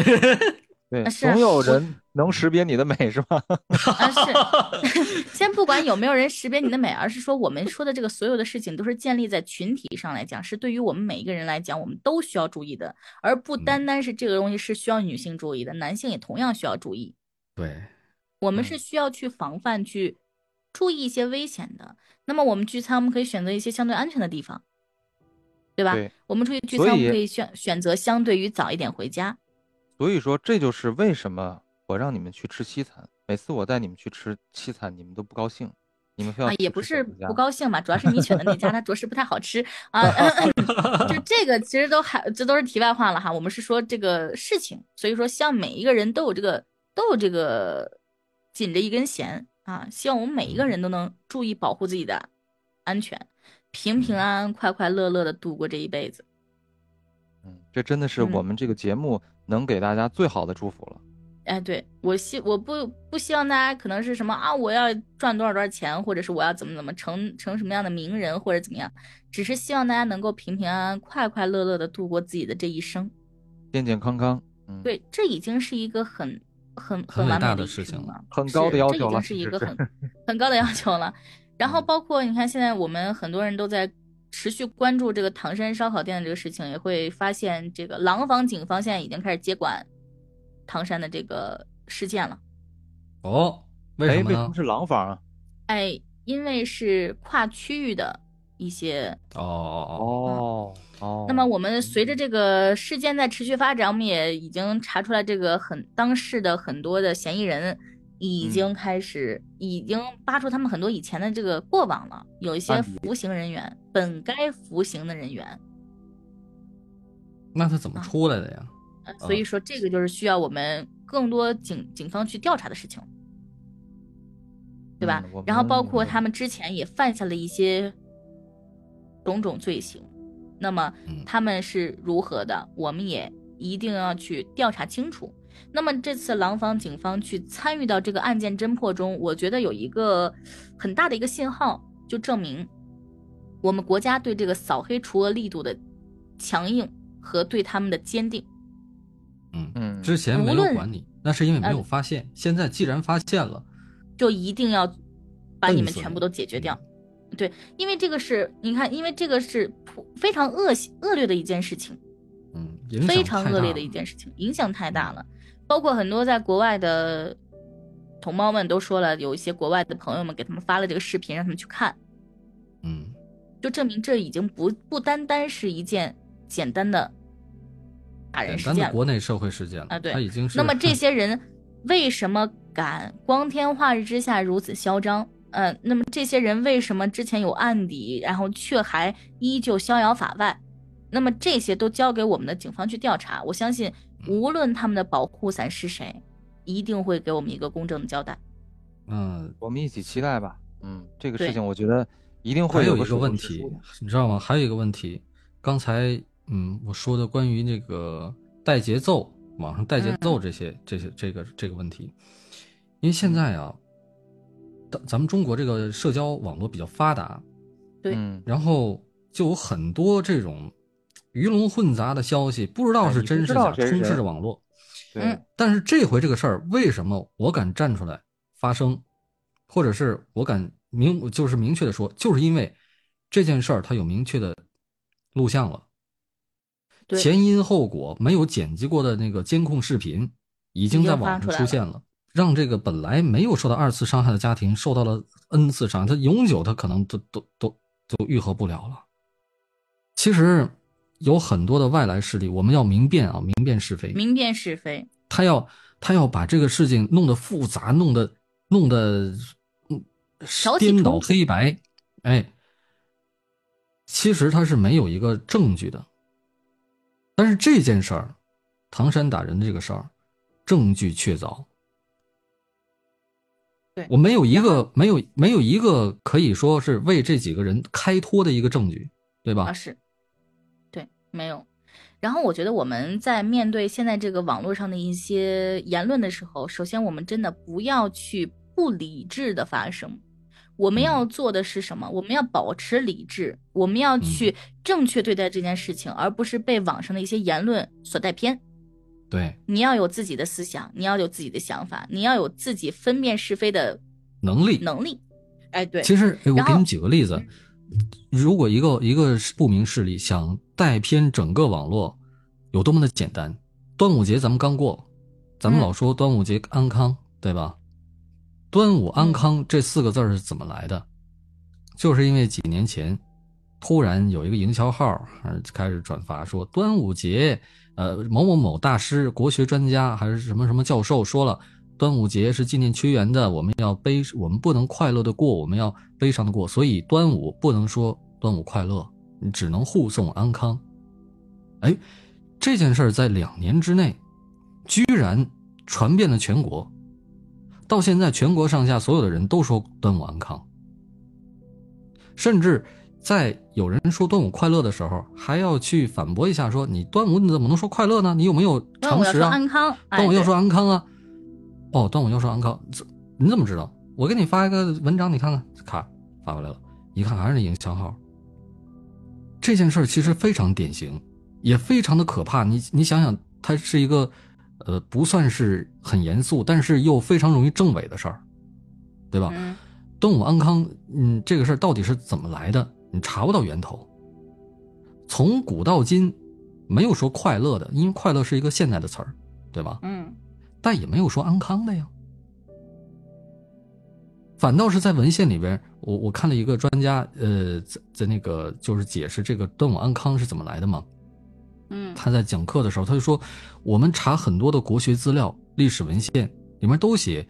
对，啊是啊总有我人能识别你的美是吧？啊是，先不管有没有人识别你的美，而是说我们说的这个所有的事情都是建立在群体上来讲，是对于我们每一个人来讲，我们都需要注意的，而不嗯单单是这个东西是需要女性注意的，男性也同样需要注意。对，我们嗯是需要去防范、去注意一些危险的。那么我们聚餐，我们可以选择一些相对安全的地方， 对吧？对我们出去聚所餐，我们以可以选选择相对于早一点回家。所以说这就是为什么我让你们去吃西餐，每次我带你们去吃西餐，你们都不高兴，你们非要啊，去也吃不小是龙虾不高兴吧，主要是你选的那家它着实不太好 吃啊。就这个其实都还这都是题外话了哈，我们是说这个事情，所以说像每一个人都有这个都有这个紧着一根弦啊，希望我们每一个人都能注意保护自己的安全，平平安安、快快乐乐的度过这一辈子。嗯，这真的是我嗯们这个节目能给大家最好的祝福了。哎，对我希我不不希望大家可能是什么啊，我要赚多少多少钱，或者是我要怎么怎么成成什么样的名人，或者怎么样，只是希望大家能够平平安安、快快乐乐的度过自己的这一生。健健康康，嗯，，对，这已经是一个很很很很伟完大美的一事情了了，很是高的要这求了已经是其一实 个是很很高的要求了。然后嗯包括你看，现在我们很多人都在持续关注这个唐山烧烤店的这个事情，也会发现这个廊坊警方现在已经开始接管唐山的这个事件了。哦，为哎，什么为什么呢？是廊坊啊？哎，因为是跨区域的一些，哦哦哦哦，那么我们随着这个事件在持续发展，我们也已经查出来这个很当事的很多的嫌疑人已经开始、已经扒出他们很多以前的这个过往了，有一些案底服刑人员本该服刑的人员，哦，那他怎么啊出来的呀？呃所以说这个就是需要我们更多警警方去调查的事情。对吧嗯我？然后包们括他们之前也犯下了一些种种罪行，那么嗯他们是如何的，我们也一定要去调查清楚。那么这次廊坊警方去参与到这个案件侦破中，我觉得有一个很大的一个信号，就证明我们国家对这个扫黑除恶力度的强硬和对他们的坚定。嗯，嗯，之前没哎无有论管你，那是因为没呃有发现，现在既然发现了，就一定要把摁你们死全你部都解决掉。对，因为这个是你看，因为这个是普非常恶性恶劣的一件事情，嗯，影响非常太恶大劣的了一件事情，影响太大了。包括很多在国外的同胞们都说了，有一些国外的朋友们给他们发了这个视频，让他们去看，嗯，就证明这已经不不单单是一件简单的打人简事单件的了。国内社会事件了啊对它已经是嗯那么这些人为什么敢光天化日之下如此嚣张？呃，那么这些人为什么之前有案底，然后却还依旧逍遥法外？那么这些都交给我们的警方去调查。我相嗯信，无论他们的保护伞是谁，一定会给我们一个公正的交代。嗯，我们一起期待吧。嗯，这个事对情我觉得一定还会有哦个一个水落问石题出的，你知道吗？还有一个问题，刚才嗯我说的关于这个带节奏，网上带节奏这些、这些这个这个问题，因为现在啊，咱咱们中国这个社交网络比较发达，对嗯，然后就有很多这种鱼龙混杂的消息，不知道哎是你不真知是道假，谁是充斥谁着网络。对嗯，但是这回这个事儿，为什么我敢站出来发声，或者是我敢明就是明确的说，就是因为这件事儿它有明确的录像了，对，前因后果没有剪辑过的那个监控视频已经在网上出现了，让这个本来没有受到二次伤害的家庭受到了 n 次伤害，他永久他可能都都都都愈合不了了。其实有很多的外来势力，我们要明辨啊，明辨是非，明辨是非。他要他要把这个事情弄得复杂，弄得弄得嗯挑起颠倒冲突黑白，哎，其实他是没有一个证据的。但是这件事儿，唐山打人的这个事儿，证据确凿。对我没有一个没有没有一个可以说是啊为这几个人开脱的一个证据，对吧？啊啊，是，对，没有。然后我觉得我们在面对现在这个网络上的一些言论的时候，首先我们真的不要去不理智的发声。我嗯们要做的是什么？我们要保持理智，我们嗯要去正确对待这件事情，而不是被网上的一些言论所带偏。对，你要有自己的思想，你要有自己的想法，你要有自己分辨是非的能力。能力。哎，对，其实，哎，我然给你后嗯们举个例子，如果一个一个不明事理想带偏整个网络，有多么的简单？端午节咱们刚过，咱们嗯老说端午节安康，对吧？端午安嗯康这四个字儿是怎么来的？就是因为几年前，突然有一个营销号呃开始转发说端午节，呃，某某某大师、国学专家还是什么什么教授说了，端午节是纪念屈原的，我们要悲，我们不能快乐的过，我们要悲伤的过，所以端午不能说端午快乐，你只能护送安康。哎，这件事儿在两年之内，居然传遍了全国，到现在全国上下所有的人都说端午安康，甚至在有人说端午快乐的时候，还要去反驳一下说，你端午你怎么能说快乐呢？你有没有端常午要识说啊？安康，哎端午要对说安康啊，哦，端午要说安康，这你怎么知道？我给你发一个文章，你看看，咔发过来了，一看还是那营销号。这件事儿其实非常典型，也非常的可怕。你你想想，它是一个呃不算是很严肃，但是又非常容易政伪的事儿，对吧？嗯，端午安康，嗯，这个事儿到底是怎么来的？你查不到源头。从古到今，没有说快乐的，因为快乐是一个现代的词儿，对吧？嗯，但也没有说安康的呀。反倒是在文献里边，我我看了一个专家，呃，在在那个就是解释这个端午安康是怎么来的嘛。嗯，他在讲课的时候，他就说，我们查很多的国学资料、历史文献里面都写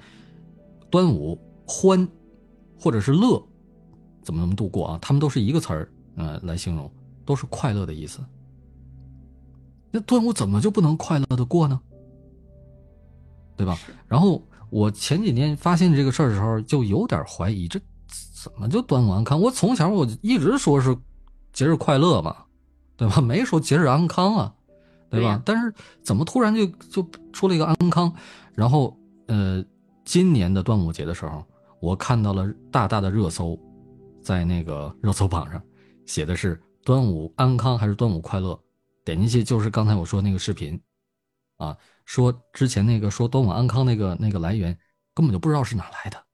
端午欢或者是乐怎么怎么度过啊，他们都是一个词儿，呃，来形容，都是快乐的意思。那端午怎么就不能快乐的过呢？对吧？是然后我前几天发现这个事儿的时候，就有点怀疑，这怎么就端午安康？我从小我一直说是节日快乐嘛，对吧？ 没说节日安康啊，对对吧？呀但是怎么突然就就出了一个安康？然后呃，今年的端午节的时候，我看到了大大的热搜，在那个热搜榜上写的是端午安康还是端午快乐？点进去就是刚才我说那个视频，啊，说之前那个说端午安康那个那个来源根本就不知道是哪来的，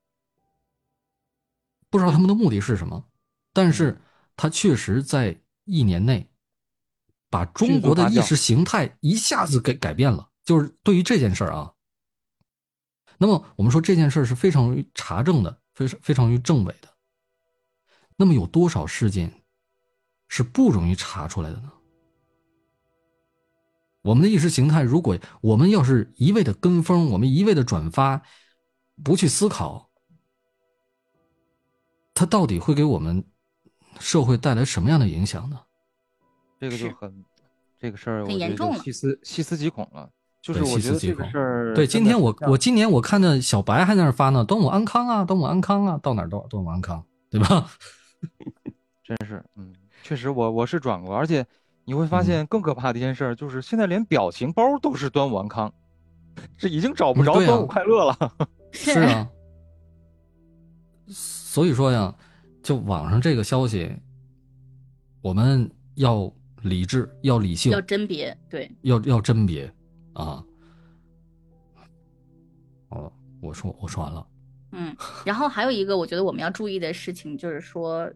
不知道他们的目的是什么，但是嗯他确实在一年内把中国的迅速意发酵识形态一下子给改变了，就是对于这件事儿啊。那么我们说这件事儿是非常容易查证的，非常非常容易证伪的。那么有多少事件是不容易查出来的呢？我们的意识形态，如果我们要是一味的跟风，我们一味的转发，不去思考，它到底会给我们社会带来什么样的影响呢？这个就是很，这个事儿我很觉严得就重了细思细思极恐了。就是对我细觉思得极这个恐事儿，对，今天我我今年我看到小白还在那儿发呢，端午安康啊，端午安康啊，到哪儿都端午安康，对吧？ 嗯，确实我我是转过，而且你会发嗯现更可怕的一件事儿就是现在连表情包都是端午安康，这已经找不嗯着对啊端午快乐了。 是啊，所以说呀，就网上这个消息，我们要理智，要理性，要甄别，对，要要甄别啊。好了，我说我说完了，嗯，然后还有一个我觉得我们要注意的事情就是说，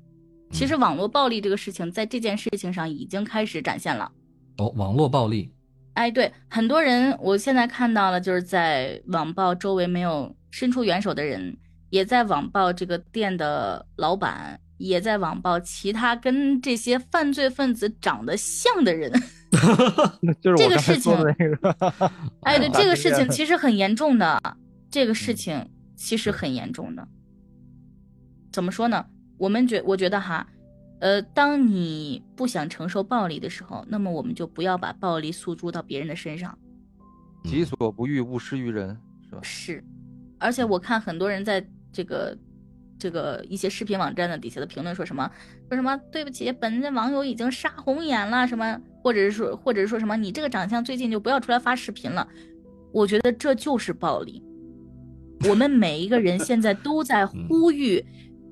其实网络暴力这个事情在这件事情上已经开始展现了。哦，网络暴力，哎，对，很多人我现在看到了，就是在网暴周围没有伸出援手的人，也在网暴这个店的老板，也在网暴其他跟这些犯罪分子长得像的人。就是这我个刚才事说的那嗯个，哎，对，啊这个这事个 情其实很严重的，这个事嗯情其实对很严重的。怎么说呢？我们觉我觉得哈，呃，当你不想承受暴力的时候，那么我们就不要把暴力诉诸到别人的身上。嗯己所不欲，勿施于人，是吧？是，而且我看很多人在这个这个一些视频网站的底下的评论说什么说什么对不起，本任网友已经杀红眼了，什么或者是说或者是说什么你这个长相最近就不要出来发视频了。我觉得这就是暴力。我们每一个人现在都在呼吁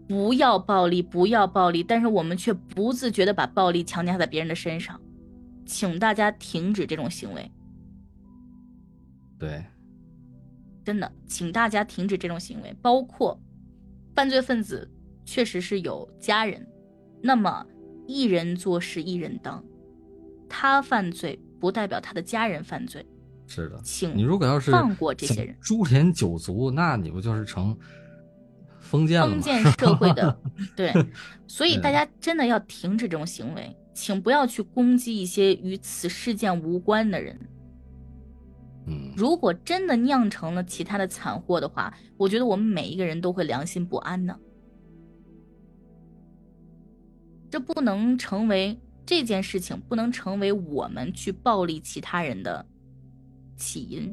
不要暴力，不要暴力，但是我们却不自觉的把暴力强加在别人的身上，请大家停止这种行为，对，真的，请大家停止这种行为。包括犯罪分子确实是有家人，那么一人做事一人当，他犯罪不代表他的家人犯罪。是的。请你如果要是嗯放过这些人，株连九族，那你不就是成封建了吗？封建社会 的对，所以大家真的要停止这种行为，请不要去攻击一些与此事件无关的人。嗯，如果真的酿成了其他的惨祸的话，我觉得我们每一个人都会良心不安的。这不能成为这件事情，不能成为我们去暴力其他人的起因。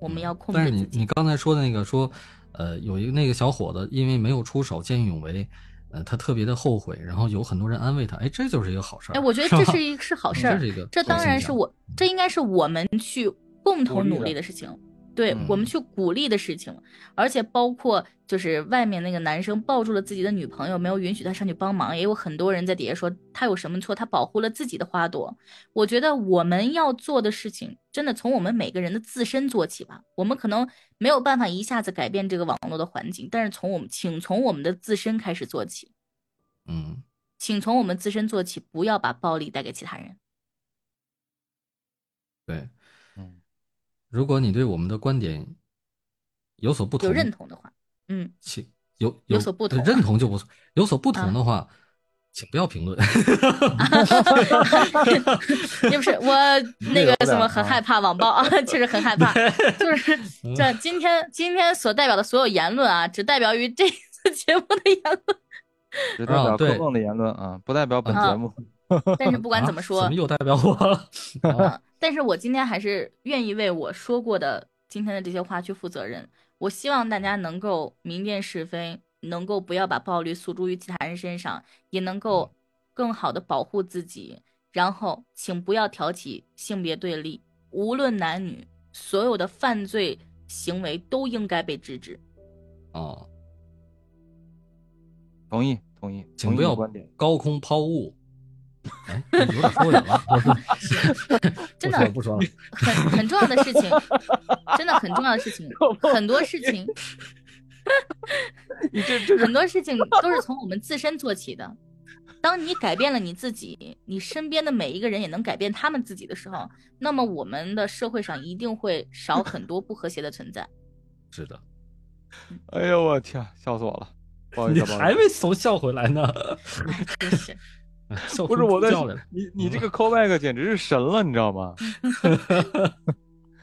我们要控嗯但制是自你己。你刚才说的那个说，呃，有一个那个小伙子因为没有出手，见义勇为，呃，他特别的后悔，然后有很多人安慰他，哎，这就是一个好事儿。哎，我觉得这吧是一是好嗯事儿这，是一个这好当现然象是我，这应该是我们去共同努力的事情，对嗯我们去鼓励的事情，而且包括就是外面那个男生抱住了自己的女朋友，没有允许她上去帮忙，也有很多人在底下说他有什么错，他保护了自己的花朵。我觉得我们要做的事情，真的从我们每个人的自身做起吧。我们可能没有办法一下子改变这个网络的环境，但是从我们，请从我们的自身开始做起，嗯，请从我们自身做起，不要把暴力带给其他人。对。嗯，如果你对我们的观点有所不同，有认同的话，嗯。请有有所不同认同就不错，有所不啊同的话，请不要评论。也不是我那个什么很害怕网暴 啊，确实很 害怕，就是这今天今天所代表的所有言论啊，只代表于这次节目的言论。只代表啊对柯梦的言论啊，不代表本啊节目。但是不管怎么说啊怎么，又代表我了？嗯 但是我今天还是愿意为我说过的今天的这些话去负责任。我希望大家能够明辨是非，能够不要把暴力诉诸于其他人身上，也能够更好的保护自己。然后，请不要挑起性别对立，无论男女，所有的犯罪行为都应该被制止。哦，同意，同意，同请意不你要观点。高空抛物。哎，有点说远了，我说 真的不说了 不说了。很很重要的事情，真的很重要的事情，很多事情，很多事情都是从我们自身做起的。当你改变了你自己，你身边的每一个人也能改变他们自己的时候，那么我们的社会上一定会少很多不和谐的存在。是的，哎呦我天，笑死我了！不好意你思，不好意思还没从笑回来 呢，哎，真是，笑不是出我在叫来了。你你这个 callback 简直是神了，你知道吗？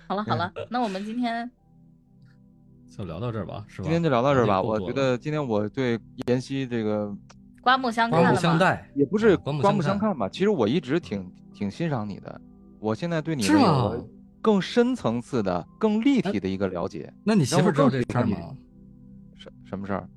好了好了，那我们今天就聊到这儿吧，是吧？今天就聊到这儿吧。有点我过觉多了得今天我对妍希这个刮目相刮看目了相吗？待，也不是啊刮目刮目相相看看吧，其实我一直挺挺欣赏你的，我现在对你是的有吗了更深层次的、更立体的一个了解。那你媳妇儿知道这事儿然后我更喜吗欢？什什么事儿？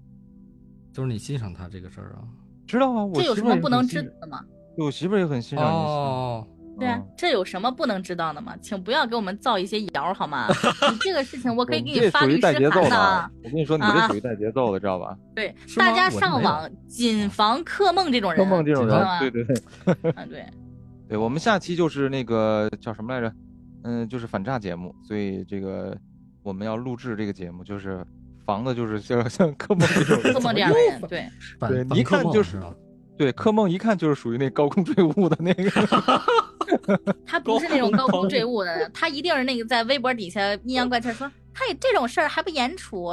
就是你欣赏他这个事儿啊。知道啊，我这有媳什妇儿么也不很能欣知赏道的吗？对我媳妇儿也很欣赏你。哦，对啊嗯，这有什么不能知道的吗？请不要给我们造一些谣 好吗？你这个事情我我可以们给这你发属于律带节师奏函的的啊啊。！我跟你说，你这属于带节奏的，知道吧？对，是大吗家我是上没网谨防柯梦这种人。做啊梦这种知人道，吗对对对，啊，对，对我们下期就是那个叫什么来着？嗯，就是反诈节目，所以这个我们要录制这个节目，就是防的就是像 像柯梦这种人柯梦这 样的人，对，反对反一科看梦就是吧？对，柯梦一看就是属于那高空坠物的那 个。他不是那种高空坠物的人，他一定是那个在微博底下阴阳怪气说，嘿，这种事儿还不严处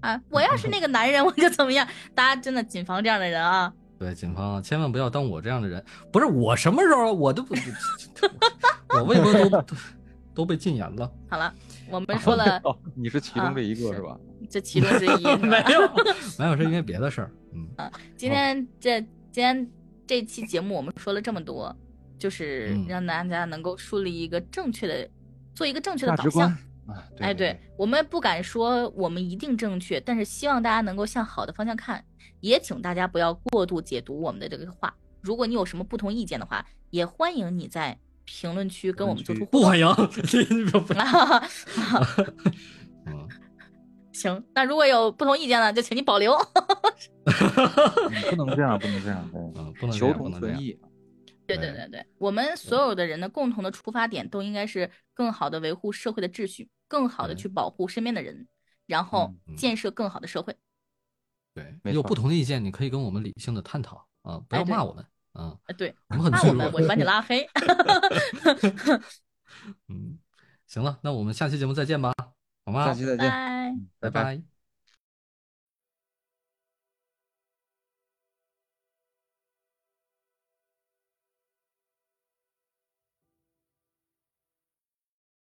啊！我要是那个男人，我就怎么样？大家真的谨防这样的人啊！对，警方啊，千万不要当我这样的人。不是我什么时候我都不， 我微博都都都被禁言了。好了，我们说了哦，你是其中这一个、啊是吧？这其中之一， 是吧有， 没有，是因为别的事儿。嗯，今天这今天这期节目我们说了这么多，就是嗯让大家能够树立一个正确的，做一个正确的价导值向哎观。啊，对哎，对，我们不敢说我们一定正确，但是希望大家能够向好的方向看，也请大家不要过度解读我们的这个话。如果你有什么不同意见的话，也欢迎你在评论区跟我们做出互不动。欢迎， 你不不嗯行，那如果有不同意见呢，就请你保留。嗯不能这样，不能这样，对，嗯，不能这求样，不同能这存样。异，对对对对，我们所有的人的共同的出发点都应该是更好的维护社会的秩序，更好的对去保护身边的人，然后嗯嗯建设更好的社会。对，没有错不同的意见，你可以跟我们理性的探讨啊，不哎要对骂我们啊，呃，对，我们很骂脆我们弱我就把你拉黑。嗯，行了，那我们下期节目再见吧，好吗下？期再见，拜。嗯拜拜。拜。